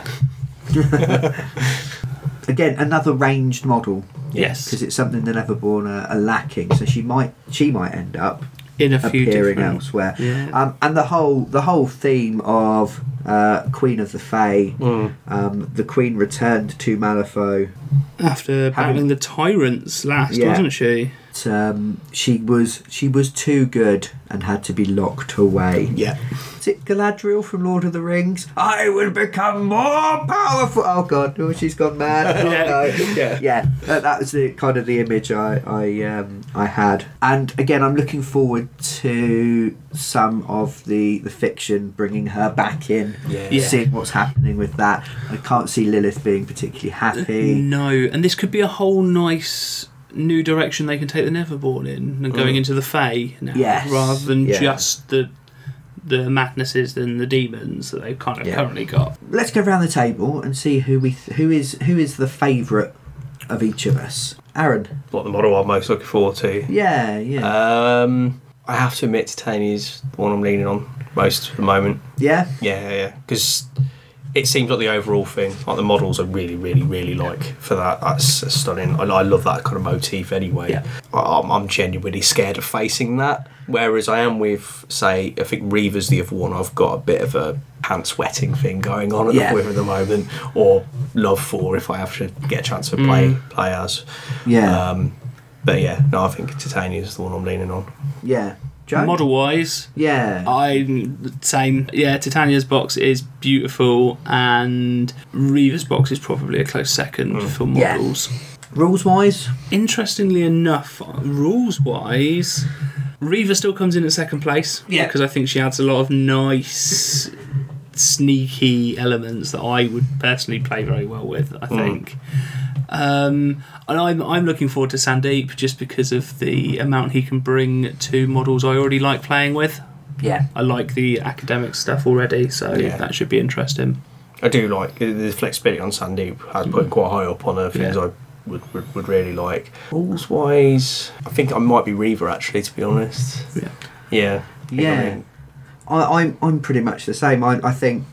S1: again another ranged model
S3: Yes,
S1: because it's something the neverborn are, are lacking so she might she might end up
S3: in a few
S1: appearing
S3: different.
S1: elsewhere.
S3: Yeah.
S1: Um, and the whole the whole theme of uh, Queen of the Fae,
S2: Mm.
S1: um, the Queen returned to Malifaux.
S3: After battling the tyrants last,
S1: Yeah.
S3: wasn't she?
S1: Um, she was she was too good and had to be locked away.
S2: yeah.
S1: Is it Galadriel from Lord of the Rings? I will become more powerful. Oh God, oh she's gone mad. Oh,
S3: Yeah.
S1: no.
S2: Yeah.
S1: yeah, that, that was the kind of the image I I um, I had. And again, I'm looking forward to some of the the fiction bringing her back in.
S2: Yeah.
S3: Yeah.
S1: Seeing what's happening with that. I can't see Lilith being particularly happy.
S3: No, and this could be a whole nice new direction they can take the Neverborn in, and going into the Fae now,
S1: Mm. Yes.
S3: rather than
S1: Yeah.
S3: just the the madnesses and the demons that they've kind of
S1: Yeah.
S3: currently got.
S1: Let's go round the table and see who we th- who is who is the favourite of each of us. Aaron.
S2: What the model I'm most looking forward to.
S1: Yeah, yeah,
S2: Um, I have to admit, Titania's the one I'm leaning on most at the moment.
S1: yeah.
S2: Yeah, yeah, because it seems like the overall thing, like the models are really, really, really like for that. That's, that's stunning. I, I love that kind of motif anyway.
S5: Yeah.
S2: I, I'm, I'm genuinely scared of facing that. Whereas I am with, say, I think Reaver's the other one. I've got a bit of a pants wetting thing going on at
S1: Yeah.
S2: the with at the moment, or Love Four if I have to get a chance to play play as.
S1: Mm. Yeah.
S2: Um, but yeah, no, I think Titania is the one I'm leaning on.
S1: yeah. Joe?
S3: Model wise,
S1: Yeah.
S3: I'm the same. Yeah, Titania's box is beautiful, and Reaver's box is probably a close second
S1: Mm.
S3: for
S1: Yeah.
S3: models.
S1: Rules wise?
S3: Interestingly enough, rules wise, Reaver still comes in at second place.
S1: Yeah.
S3: Because I think she adds a lot of nice, sneaky elements that I would personally play very well with, I think. Um, and I'm, I'm looking forward to Sandeep just because of the amount he can bring to models I already like playing with.
S1: Yeah.
S3: I like the academic stuff already, so
S2: Yeah.
S3: that should be interesting.
S2: I do like the- the flexibility on Sandeep has put quite high up on her things
S3: Mm. Yeah.
S2: I would, would would really like. Rules wise, I think I might be Reaver actually to be honest.
S3: Yeah.
S2: Yeah. I think
S1: Yeah.
S2: I think-
S1: I, I'm I'm pretty much the same. I, I think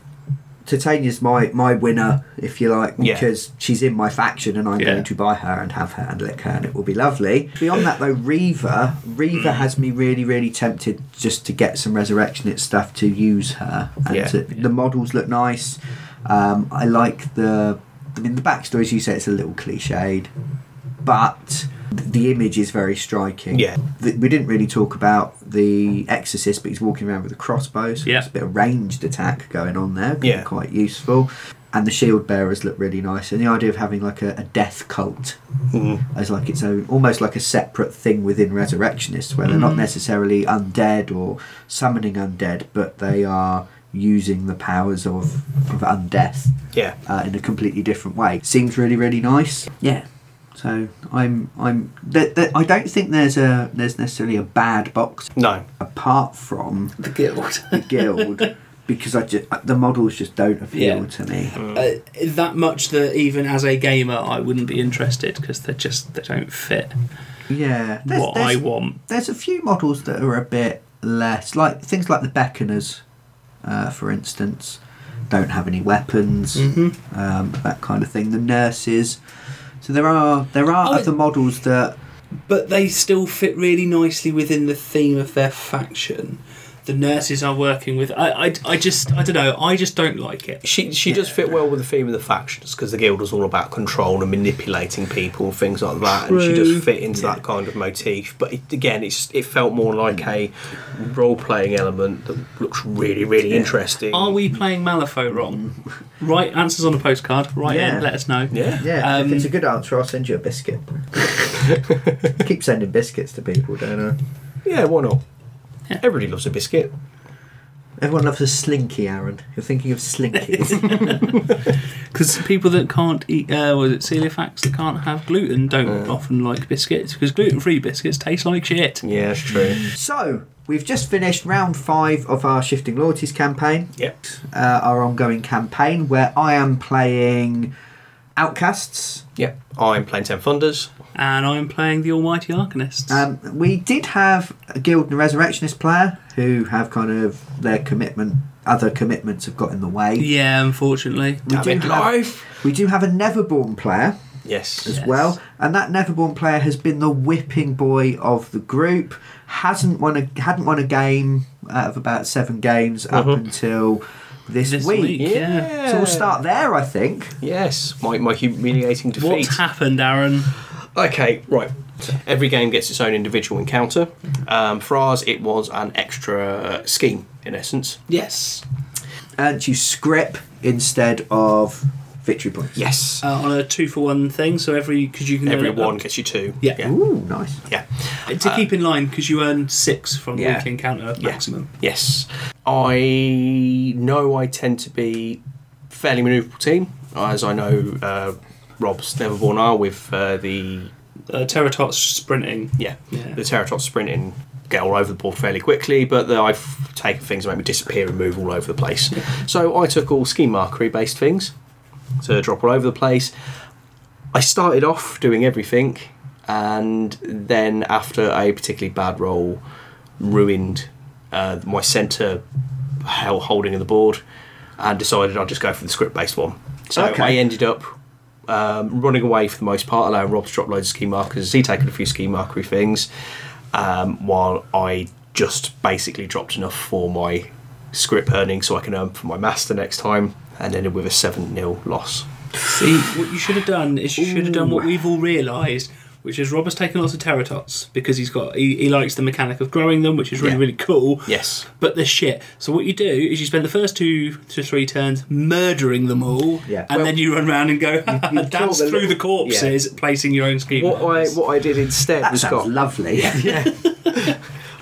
S1: Titania's my, my winner, if you like,
S2: Yeah.
S1: because she's in my faction and I'm
S3: Yeah.
S1: going to buy her and have her and lick her and it will be lovely. Beyond that though, Reaver
S2: Mm.
S1: Reaver has me really, really tempted just to get some resurrectionist stuff to use her. And
S2: Yeah.
S1: to- the models look nice. Um, I like the I mean the backstory as you say it's a little cliched, but the image is very striking
S2: Yeah.
S1: th- we didn't really talk about the exorcist, but he's walking around with a crossbow, so
S3: Yeah.
S1: there's a bit of ranged attack going on there. could be
S2: Yeah.
S1: quite useful. And the shield bearers look really nice, and the idea of having like a, a death cult
S2: Mm.
S1: as like its own, almost like a separate thing within Resurrectionists, where they're not necessarily undead or summoning undead, but they are using the powers of of undeath
S2: Yeah.
S1: uh, in a completely different way. Seems really really nice. Yeah. So I'm I'm th- th- I don't think there's a there's necessarily a bad box
S2: No.
S1: apart from
S3: The guild.
S1: the guild because I just the models just don't appeal
S3: Yeah.
S1: to me.
S3: uh, that much that even as a gamer I wouldn't be interested because they just they don't fit
S1: Yeah. There's,
S3: what
S1: there's,
S3: I want.
S1: there's a few models that are a bit less like things like the beckoners, uh, for instance, don't have any weapons, um, that kind of thing. The nurses. So there are there are
S3: Oh, it-
S1: other models that
S3: But they still fit really nicely within the theme of their faction. The nurses are working with. I, I, I just I don't know. I just don't like it.
S2: She she does fit well with the theme of the factions because the guild was all about control and manipulating people and things like that, and she
S3: True.
S2: does fit into that kind of motif. But it, again, it's it felt more like a role playing element that looks really really interesting.
S3: Are we playing Malifaux wrong? Write answers on a postcard. Write
S1: Yeah.
S3: in. Let us know.
S2: Yeah.
S1: Yeah,
S3: Um,
S1: if it's a good answer, I'll send you a biscuit. Keep sending biscuits to people, don't I?
S2: Yeah. Why not?
S3: Yeah.
S2: Everybody loves a biscuit.
S1: Everyone loves a slinky, Aaron. You're thinking of slinkies.
S3: Because people that can't eat, uh, was it celiacs that can't have gluten don't often like biscuits because gluten-free biscuits taste like shit.
S2: Yeah, it's true.
S1: so, we've just finished round five of our Shifting Loyalties campaign,
S2: Yep.
S1: uh, our ongoing campaign, where I am playing Outcasts.
S2: Yep. Oh, I'm playing Ten Funders.
S3: And I'm playing the Almighty Arcanists.
S1: Um, we did have a Guild and a Resurrectionist player who have kind of their commitment, other commitments have got in the way.
S3: Yeah, unfortunately.
S1: We do have- We do have a Neverborn player. as
S2: Yes.
S1: well. And that Neverborn player has been the whipping boy of the group. hasn't won a hadn't won a game out of about seven games up until this,
S3: This
S1: week.
S3: week.
S1: So we'll start there, I think.
S2: Yes, my, my humiliating defeat.
S3: What's happened, Aaron?
S2: Okay, right. Every game gets its own individual encounter. Um, for ours, it was an extra scheme, in essence.
S3: Yes.
S1: And you scrip instead of victory points.
S2: Yes.
S3: Uh, on a two for one thing, so every because you can earn
S2: Every
S3: it
S2: one
S3: up-
S2: gets you two.
S3: Yeah.
S1: Ooh, nice.
S2: Yeah.
S3: to keep in line because you earn six from the
S2: Yeah.
S3: weekly encounter
S2: Yeah.
S3: maximum.
S2: Yes. I know I tend to be fairly manoeuvrable team, as I know uh, Rob's Neverborn are with uh, the
S3: Uh, Teratots sprinting.
S2: yeah,
S3: Yeah.
S2: the Teratops sprinting get all over the board fairly quickly, but the, I've taken things that make me disappear and move all over the place. So I took all scheme markery based things to drop all over the place. I started off doing everything, and then after a particularly bad roll, ruined uh, my centre held holding of the board. and decided I'd just go for the script based one. So
S1: Okay.
S2: I ended up um, running away for the most part, allowing Rob to drop loads of ski markers. He taken a few ski markery things, um, while I just basically dropped enough for my script earning so I can earn for my master next time, and ended with a 7 0 loss.
S3: See, what you should have done is you should have done what we've all realised, which is Rob has taken lots of teratots because he's got he, he likes the mechanic of growing them, which is really
S2: Yeah.
S3: really cool.
S2: Yes.
S3: But they're shit. So what you do is you spend the first two to three turns murdering them all,
S1: Yeah.
S3: and
S1: Well-
S3: then you run around and go dance
S2: the
S3: through
S2: little-
S3: the corpses, placing your own scheme.
S2: What I what I did instead
S1: That
S2: was
S1: sounds
S2: got
S1: lovely.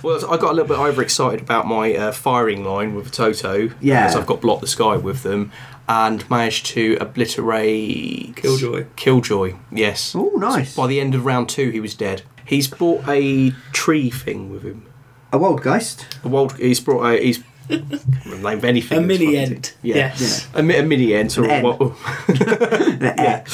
S2: Well, I got a little bit overexcited about my uh, firing line with Toto.
S1: Yeah.
S2: Because I've got Block the Sky with them and managed to obliterate.
S3: Killjoy.
S2: Killjoy, yes.
S1: Oh, nice.
S2: By the end of round two, he was dead. He's brought a tree thing with him.
S1: A wild geist.
S2: A wild, he's brought a. He's. I can't remember the name of anything.
S3: a
S2: that's
S3: mini
S2: fucking-
S3: end.
S2: Yeah.
S3: Yes.
S2: A, mi- a mini ant or
S1: An
S2: what? yeah.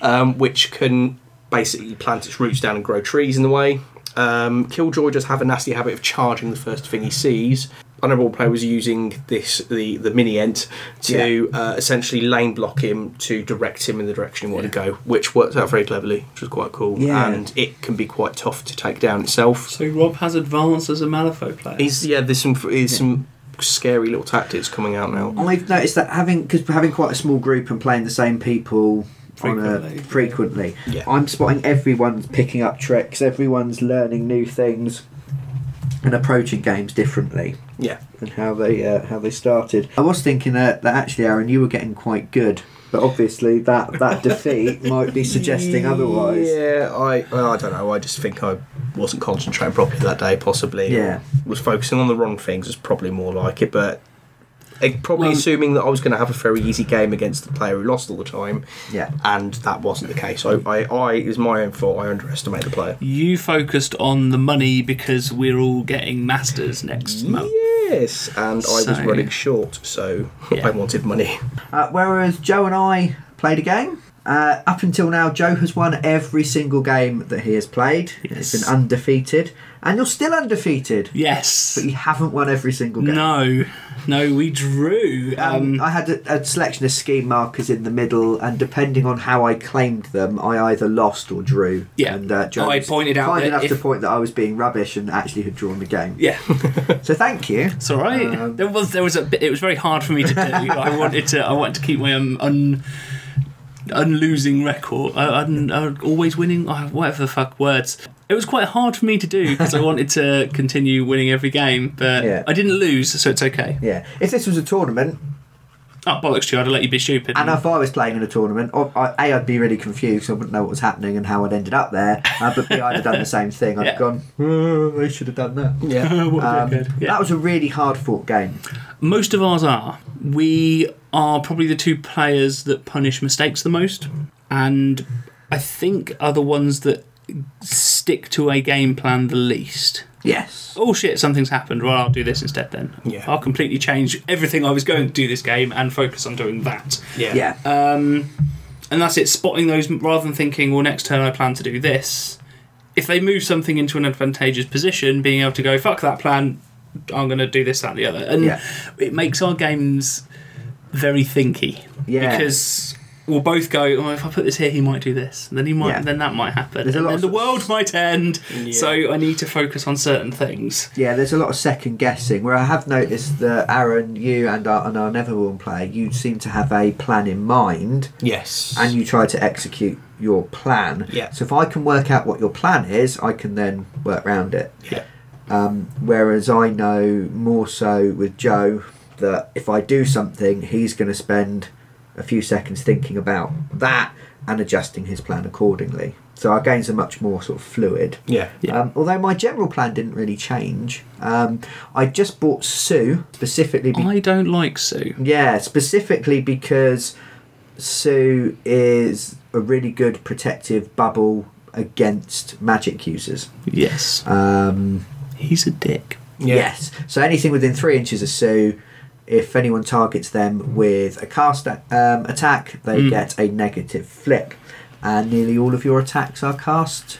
S2: Um, which can basically plant its roots down and grow trees in the way. Um, Killjoy does have a nasty habit of charging the first thing he sees. Honourable player was using this the the mini ent to uh, essentially lane block him to direct him in the direction he wanted to go, which works out very cleverly, which was quite cool.
S1: Yeah.
S2: And it can be quite tough to take down itself.
S3: So Rob has advanced as a Malifaux player.
S2: He's yeah, there's some there's some scary little tactics coming out now.
S1: I've noticed that having because having quite a small group and playing the same people on
S3: Frequently.
S1: a, frequently,
S2: Yeah.
S1: I'm spotting everyone's picking up tricks, everyone's learning new things, and approaching games differently.
S2: Yeah.
S1: and how they uh, how they started. I was thinking that, that actually, Aaron, you were getting quite good, but obviously that that defeat might be suggesting otherwise.
S2: Yeah, I well, I don't know. I just think I wasn't concentrating properly that day. Possibly,
S1: Yeah.
S2: was focusing on the wrong things. Is probably more like it, but. it- Probably
S3: Well-
S2: assuming that I was going to have a very easy game against the player who lost all the time,
S1: Yeah.
S2: and that wasn't the case. I, I, I it was my own fault. I underestimated the player.
S6: You focused on the money because we're all getting masters next month.
S2: Yes, and I was
S6: So-
S2: running short, so
S6: Yeah.
S2: I wanted money.
S1: Uh, whereas Joe and I played a game. Uh, up until now, Joe has won every single game that he has played.
S6: Yes.
S1: He's been undefeated, and you're still undefeated.
S6: Yes.
S1: But you haven't won every single game.
S6: No.
S3: no, we drew. Um,
S1: Um, I had a, a selection of scheme markers in the middle, and depending on how I claimed them, I either lost or drew.
S3: Yeah. Oh,
S1: and uh, Joe
S3: I
S1: was
S3: pointed out
S1: kind
S3: that
S1: enough
S3: if-
S1: to point that I was being rubbish and actually had drawn the game.
S3: yeah,
S1: So thank you.
S3: it's all right.
S1: Um,
S3: there was there was a bit, it was very hard for me to do. I wanted to I wanted to keep my um, un unlosing record, uh, un, uh, always winning, uh, whatever the fuck words. It was quite hard for me to do because I wanted to continue winning every game, but
S1: Yeah.
S3: I didn't lose, so it's okay.
S1: Yeah, if this was a tournament,
S3: Oh bollocks, to you! I'd have let you be stupid.
S1: and if I was playing in a tournament, I, I, a I'd be really confused. I wouldn't know what was happening and how I'd ended up there. Uh, but B I'd have done the same thing. I'd have
S3: Yeah.
S1: gone. "Oh, They should have done that.
S2: Yeah,
S3: What a
S1: Um,
S3: dickhead. Yeah.
S1: That was a really hard fought game.
S3: Most of ours are. We are probably the two players that punish mistakes the most, and I think are the ones that stick to a game plan the least.
S1: Yes.
S3: Oh shit, something's happened. Well, I'll do this instead then.
S2: Yeah.
S3: I'll completely change everything I was going to do this game and focus on doing that.
S2: yeah,
S1: Yeah.
S3: Um, and that's it, spotting those rather than thinking, well, next turn I plan to do this. If they move something into an advantageous position, being able to go, fuck that plan, I'm going to do this, that, and the other. And
S1: Yeah.
S3: it makes our games very thinky.
S1: Yeah.
S3: Because we'll both go, oh, if I put this here, he might do this. And then he might,
S1: Yeah.
S3: then that might happen.
S1: There's a
S3: and
S1: lot
S3: then
S1: of
S3: the
S1: sort of-
S3: world might end. So I need to focus on certain things.
S1: Yeah, there's a lot of second guessing. Where I have noticed that Aaron, you and our, and our Neverborn player, you seem to have a plan in mind
S2: yes,
S1: and you try to execute your plan.
S2: Yeah.
S1: So if I can work out what your plan is, I can then work round it.
S2: yeah,
S1: Um, whereas I know more so with Joe that if I do something, he's going to spend a few seconds thinking about that and adjusting his plan accordingly. So our games are much more sort of fluid.
S2: yeah,
S1: Um, although my general plan didn't really change. Um, I just bought Sue specifically. Be-
S3: I don't like Sue.
S1: yeah, specifically because Sue is a really good protective bubble against magic users.
S3: Yes.
S1: Um,
S3: He's a dick.
S2: Yeah.
S1: Yes. So anything within three inches of Sue, if anyone targets them with a cast a- um, attack, they
S3: Mm.
S1: get a negative flick. And nearly all of your attacks are cast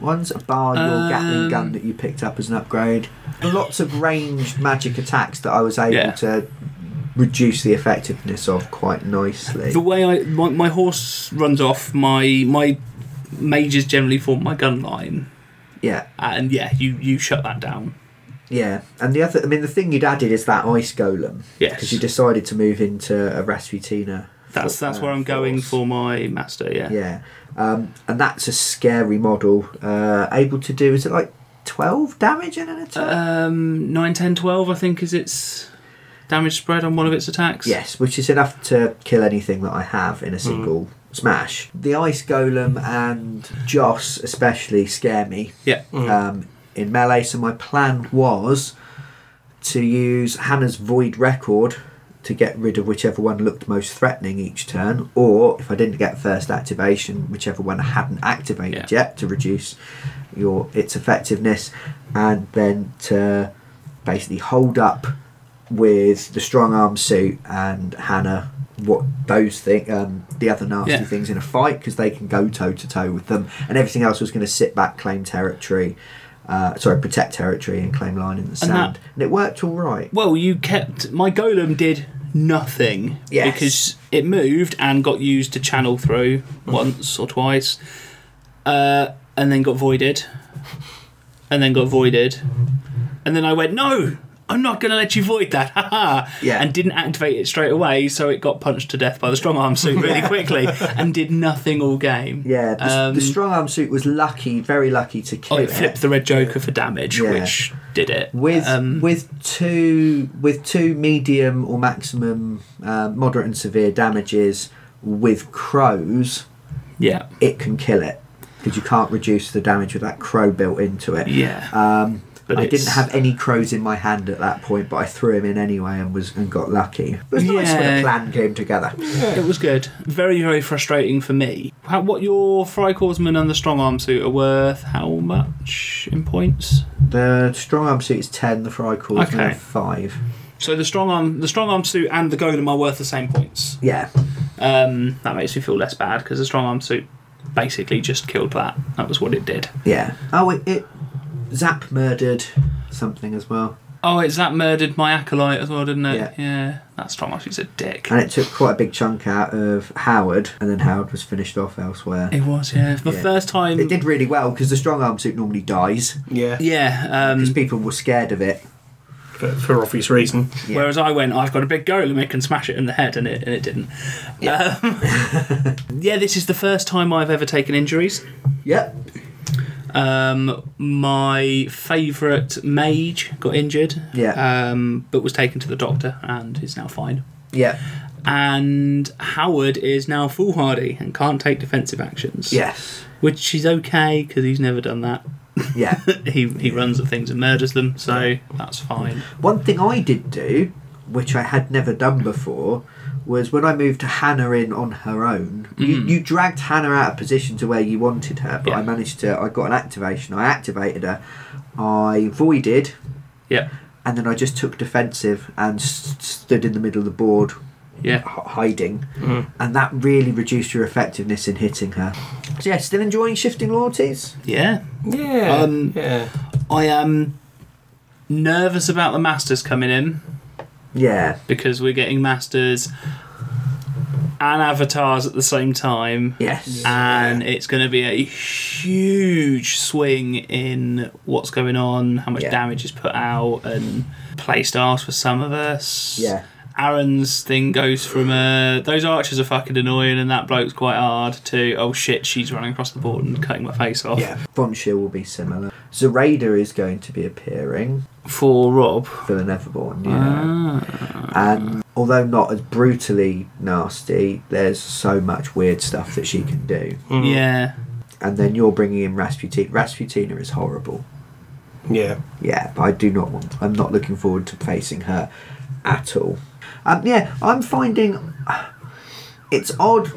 S1: ones, bar your Gatling
S3: Um,
S1: gun that you picked up as an upgrade. Lots of ranged magic attacks that I was able
S3: Yeah.
S1: to reduce the effectiveness of quite nicely.
S3: The way I my, my horse runs off, my my mages generally form my gun line,
S1: Yeah,
S3: and yeah, you you shut that down.
S1: yeah. And the other, I mean, the thing you'd added is that ice golem because
S3: Yes,
S1: you decided to move into a Rasputina.
S3: that's
S1: for-
S3: that's
S1: uh,
S3: where I'm going
S1: force.
S3: for my master. Yeah,
S1: Yeah, um, and that's a scary model. Uh, able to do is it like twelve damage in an attack?
S3: Um, 9, 10, 12, I think is its damage spread on one of its attacks.
S1: Yes, which is enough to kill anything that I have in a single smash. The ice golem and Joss especially scare me
S3: Yeah.
S1: um, in melee. So my plan was to use Hannah's void record to get rid of whichever one looked most threatening each turn, or if I didn't get first activation, whichever one I hadn't activated yet to reduce your its effectiveness, and then to basically hold up with the strong arm suit and Hannah what those thing um, the other nasty
S3: Yeah.
S1: things in a fight because they can go toe to toe with them and everything else was going to sit back claim territory uh, sorry protect territory and claim line in the sand and,
S3: that-
S1: it worked all right
S3: Well, you kept my golem did nothing
S1: Yes.
S3: because it moved and got used to channel through
S1: Mm.
S3: once or twice, uh, and then got voided, and then got voided, and then I went no. I'm not going to let you void that, haha!
S1: Yeah.
S3: And didn't activate it straight away, so it got punched to death by the strong arm suit really quickly, and did nothing all game.
S1: yeah the,
S3: Um,
S1: the strong arm suit was lucky very lucky to
S3: Oh,
S1: kill
S3: it flipped the red joker for damage,
S1: Yeah.
S3: which did it.
S1: with
S3: um,
S1: with two with two medium or maximum uh, moderate and severe damages with crows
S3: yeah,
S1: it can kill it because you can't reduce the damage with that crow built into it
S3: yeah.
S1: Um,
S3: But
S1: I
S3: it's-
S1: didn't have any crows in my hand at that point, but I threw him in anyway and was and got lucky. It was nice when a
S3: Yeah.
S1: plan came together.
S3: It was good. Very, very frustrating for me. How, what your Fry Corpsman and the Strong Arm suit are worth? How much in points?
S1: The strong arm suit is ten, the fry calls
S3: Okay.
S1: five.
S3: So the strong arm, the strong arm suit, and the golem are worth the same points.
S1: Yeah,
S3: Um, that makes me feel less bad because the strong arm suit basically just killed that. That was what it did.
S1: yeah. Oh, it, it zap murdered something as well,
S3: Oh, it's that murdered my acolyte as well, didn't it?
S1: Yeah.
S3: that strong arm suit's a dick.
S1: and it took quite a big chunk out of Howard, and then Howard was finished off elsewhere.
S3: It was, yeah. The
S1: Yeah.
S3: first time.
S1: It did really well because the strong arm suit normally dies
S2: Yeah,
S3: Yeah. Um,
S1: because people were scared of it.
S2: for, for obvious reason.
S1: Yeah.
S3: Whereas I went, I've got a big golem, I can smash it in the head, and it, and it didn't. Yeah. Um, yeah, this is the first time I've ever taken injuries.
S1: Yep.
S3: Um, my favourite mage got injured,
S1: Yeah.
S3: um, but was taken to the doctor and is now fine.
S1: Yeah.
S3: And Howard is now foolhardy and can't take defensive actions.
S1: Yes.
S3: Which is okay because he's never done that.
S1: Yeah.
S3: he he runs at things and murders them, so that's fine.
S1: One thing I did do, which I had never done before, was when I moved Hannah in on her own. You, you dragged Hannah out of position to where you wanted her, but I
S3: Mm-hmm. Yeah.
S1: managed to. I got an activation. I activated her. I voided,
S3: Yeah.
S1: and then I just took defensive and s- stood in the middle of the board,
S3: Yeah.
S1: h- hiding, and that really reduced your effectiveness in hitting her. So yeah, still enjoying shifting loyalties.
S3: Yeah.
S2: Yeah,
S3: Um,
S2: yeah.
S3: I am nervous about the masters coming in
S1: Yeah,
S3: because we're getting masters and avatars at the same time.
S1: yes,
S3: And it's going to be a huge swing in what's going on, how much
S1: Yeah.
S3: damage is put out, and play styles for some of us.
S1: yeah,
S3: Aaron's thing goes from uh, those archers are fucking annoying and that bloke's quite hard to oh shit, she's running across the board and cutting my face off.
S1: yeah. Bonshire Oh, will be similar. Zoraida is going to be appearing.
S3: For Rob. Ah.
S1: Villanova born, yeah. And although not as brutally nasty, there's so much weird stuff that she can do.
S3: Yeah.
S1: And then you're bringing in Rasputina. Rasputina is horrible.
S2: Yeah.
S1: Yeah, but I do not want. I'm not looking forward to facing her at all. Um, yeah, I'm finding it's odd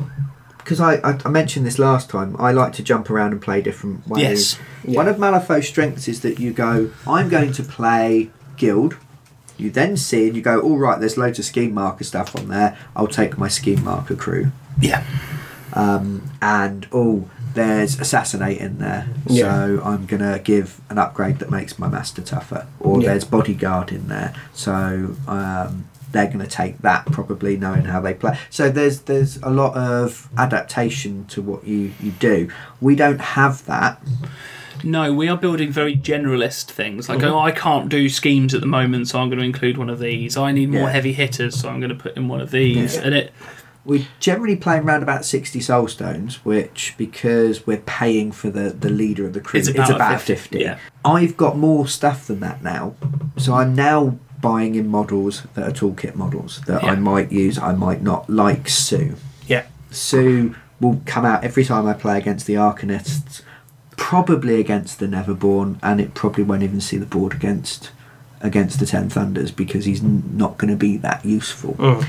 S1: because I, I I mentioned this last time. I like to jump around and play different ways.
S3: Yes.
S1: One of Malifaux's strengths is that you go. I'm going to play guild. You then see and you go. All right, there's loads of scheme marker stuff on there. I'll take my scheme marker crew.
S3: Yeah.
S1: Um, and oh, there's assassinate in there, so
S2: Yeah.
S1: I'm gonna give an upgrade that makes my master tougher. Or
S2: Yeah.
S1: there's bodyguard in there, so um, they're going to take that probably knowing how they play. So there's there's a lot of adaptation to what you you do. We don't have that.
S4: No, we are building very generalist things. Like, oh, I can't do schemes at the moment, so I'm going to include one of these. I need more
S1: Yeah.
S4: heavy hitters, so I'm going to put in one of these. And it,
S1: We're generally playing around about sixty soul stones, which because we're paying for the the leader of the crew,
S4: It's
S1: it's
S4: about
S1: about,
S4: 50,
S1: fifty.
S4: yeah.
S1: I've got more stuff than that now, so I'm now buying in models that are toolkit models that I
S4: Yeah.
S1: might use, I might not, like Sue.
S2: Yeah.
S1: Sue will come out every time I play against the Arcanists, probably against the Neverborn, and it probably won't even see the board against against the Ten Thunders because he's n- not going to be that useful.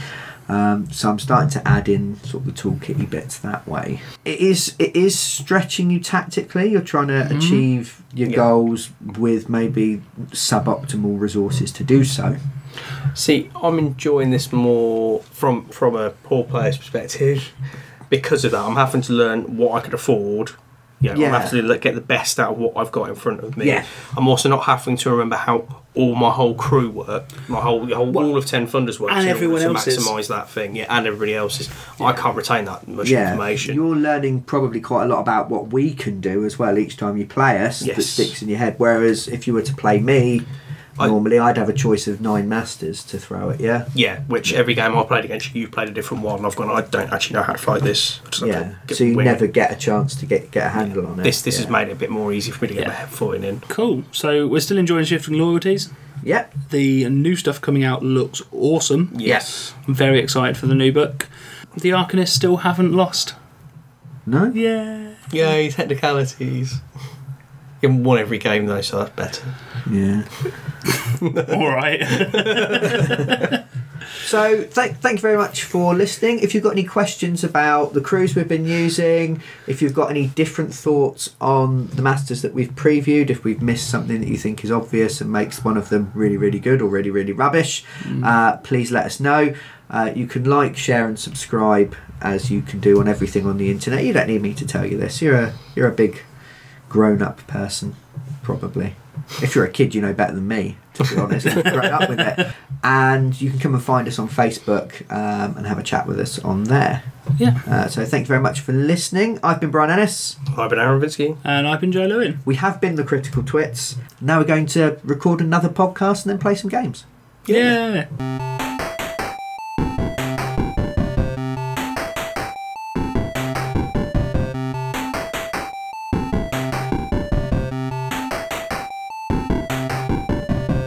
S1: Um, so I'm starting to add in sort of the toolkitty bits that way. It is it is stretching you tactically. You're trying to
S2: Mm-hmm.
S1: achieve your goals with maybe suboptimal resources to do so.
S2: See, I'm enjoying this more from from a poor player's perspective because of that. I'm having to learn what I could afford. You know, I'm
S1: Yeah.
S2: having to like, get the best out of what I've got in front of me.
S1: Yeah.
S2: I'm also not having to remember how all my whole crew work, my whole, the whole all of ten funders work,
S4: and everyone
S2: to
S4: else's.
S2: maximise that thing. Yeah, and everybody else's. I can't retain that much information.
S1: You're learning probably quite a lot about what we can do as well each time you play us that
S2: Yes.
S1: sticks in your head. Whereas if you were to play me,
S2: I-
S1: normally I'd have a choice of nine masters to throw at you.
S2: yeah, which every game I played against you, you played a different one. I've gone. I don't actually know how to fight this. I just have to
S1: Yeah,
S2: get-
S1: so you
S2: win.
S1: never get a chance to get get a handle on it.
S2: This this
S1: yeah.
S2: has made it a bit more easy for me to get
S4: Yeah.
S2: my head footing in.
S4: cool. So we're still enjoying Shifting Loyalties.
S1: Yep.
S4: The new stuff coming out looks awesome.
S2: Yes.
S4: I'm very excited for the new book. The Arcanists still haven't lost.
S1: No.
S4: Yeah.
S2: Yay, technicalities. You haven't won every game though, so that's better.
S1: Yeah.
S4: All right.
S1: So th- thank you very much for listening. If you've got any questions about the crews we've been using, if you've got any different thoughts on the masters that we've previewed, if we've missed something that you think is obvious and makes one of them really, really good or really, really rubbish,
S3: Mm.
S1: uh, please let us know. Uh, you can like, share, and subscribe as you can do on everything on the internet. You don't need me to tell you this. You're a you're a big grown-up person, probably. If you're a kid, you know better than me. To be honest, I've grown up with it. And you can come and find us on Facebook um, and have a chat with us on there.
S4: yeah.
S1: Uh, so thank you very much for listening. I've been Brian Ennis.
S2: I've been Aaron Vinsky.
S4: And I've been Joe Lewin.
S1: We have been the Critical Twits. Now we're going to record another podcast and then play some games.
S4: yeah.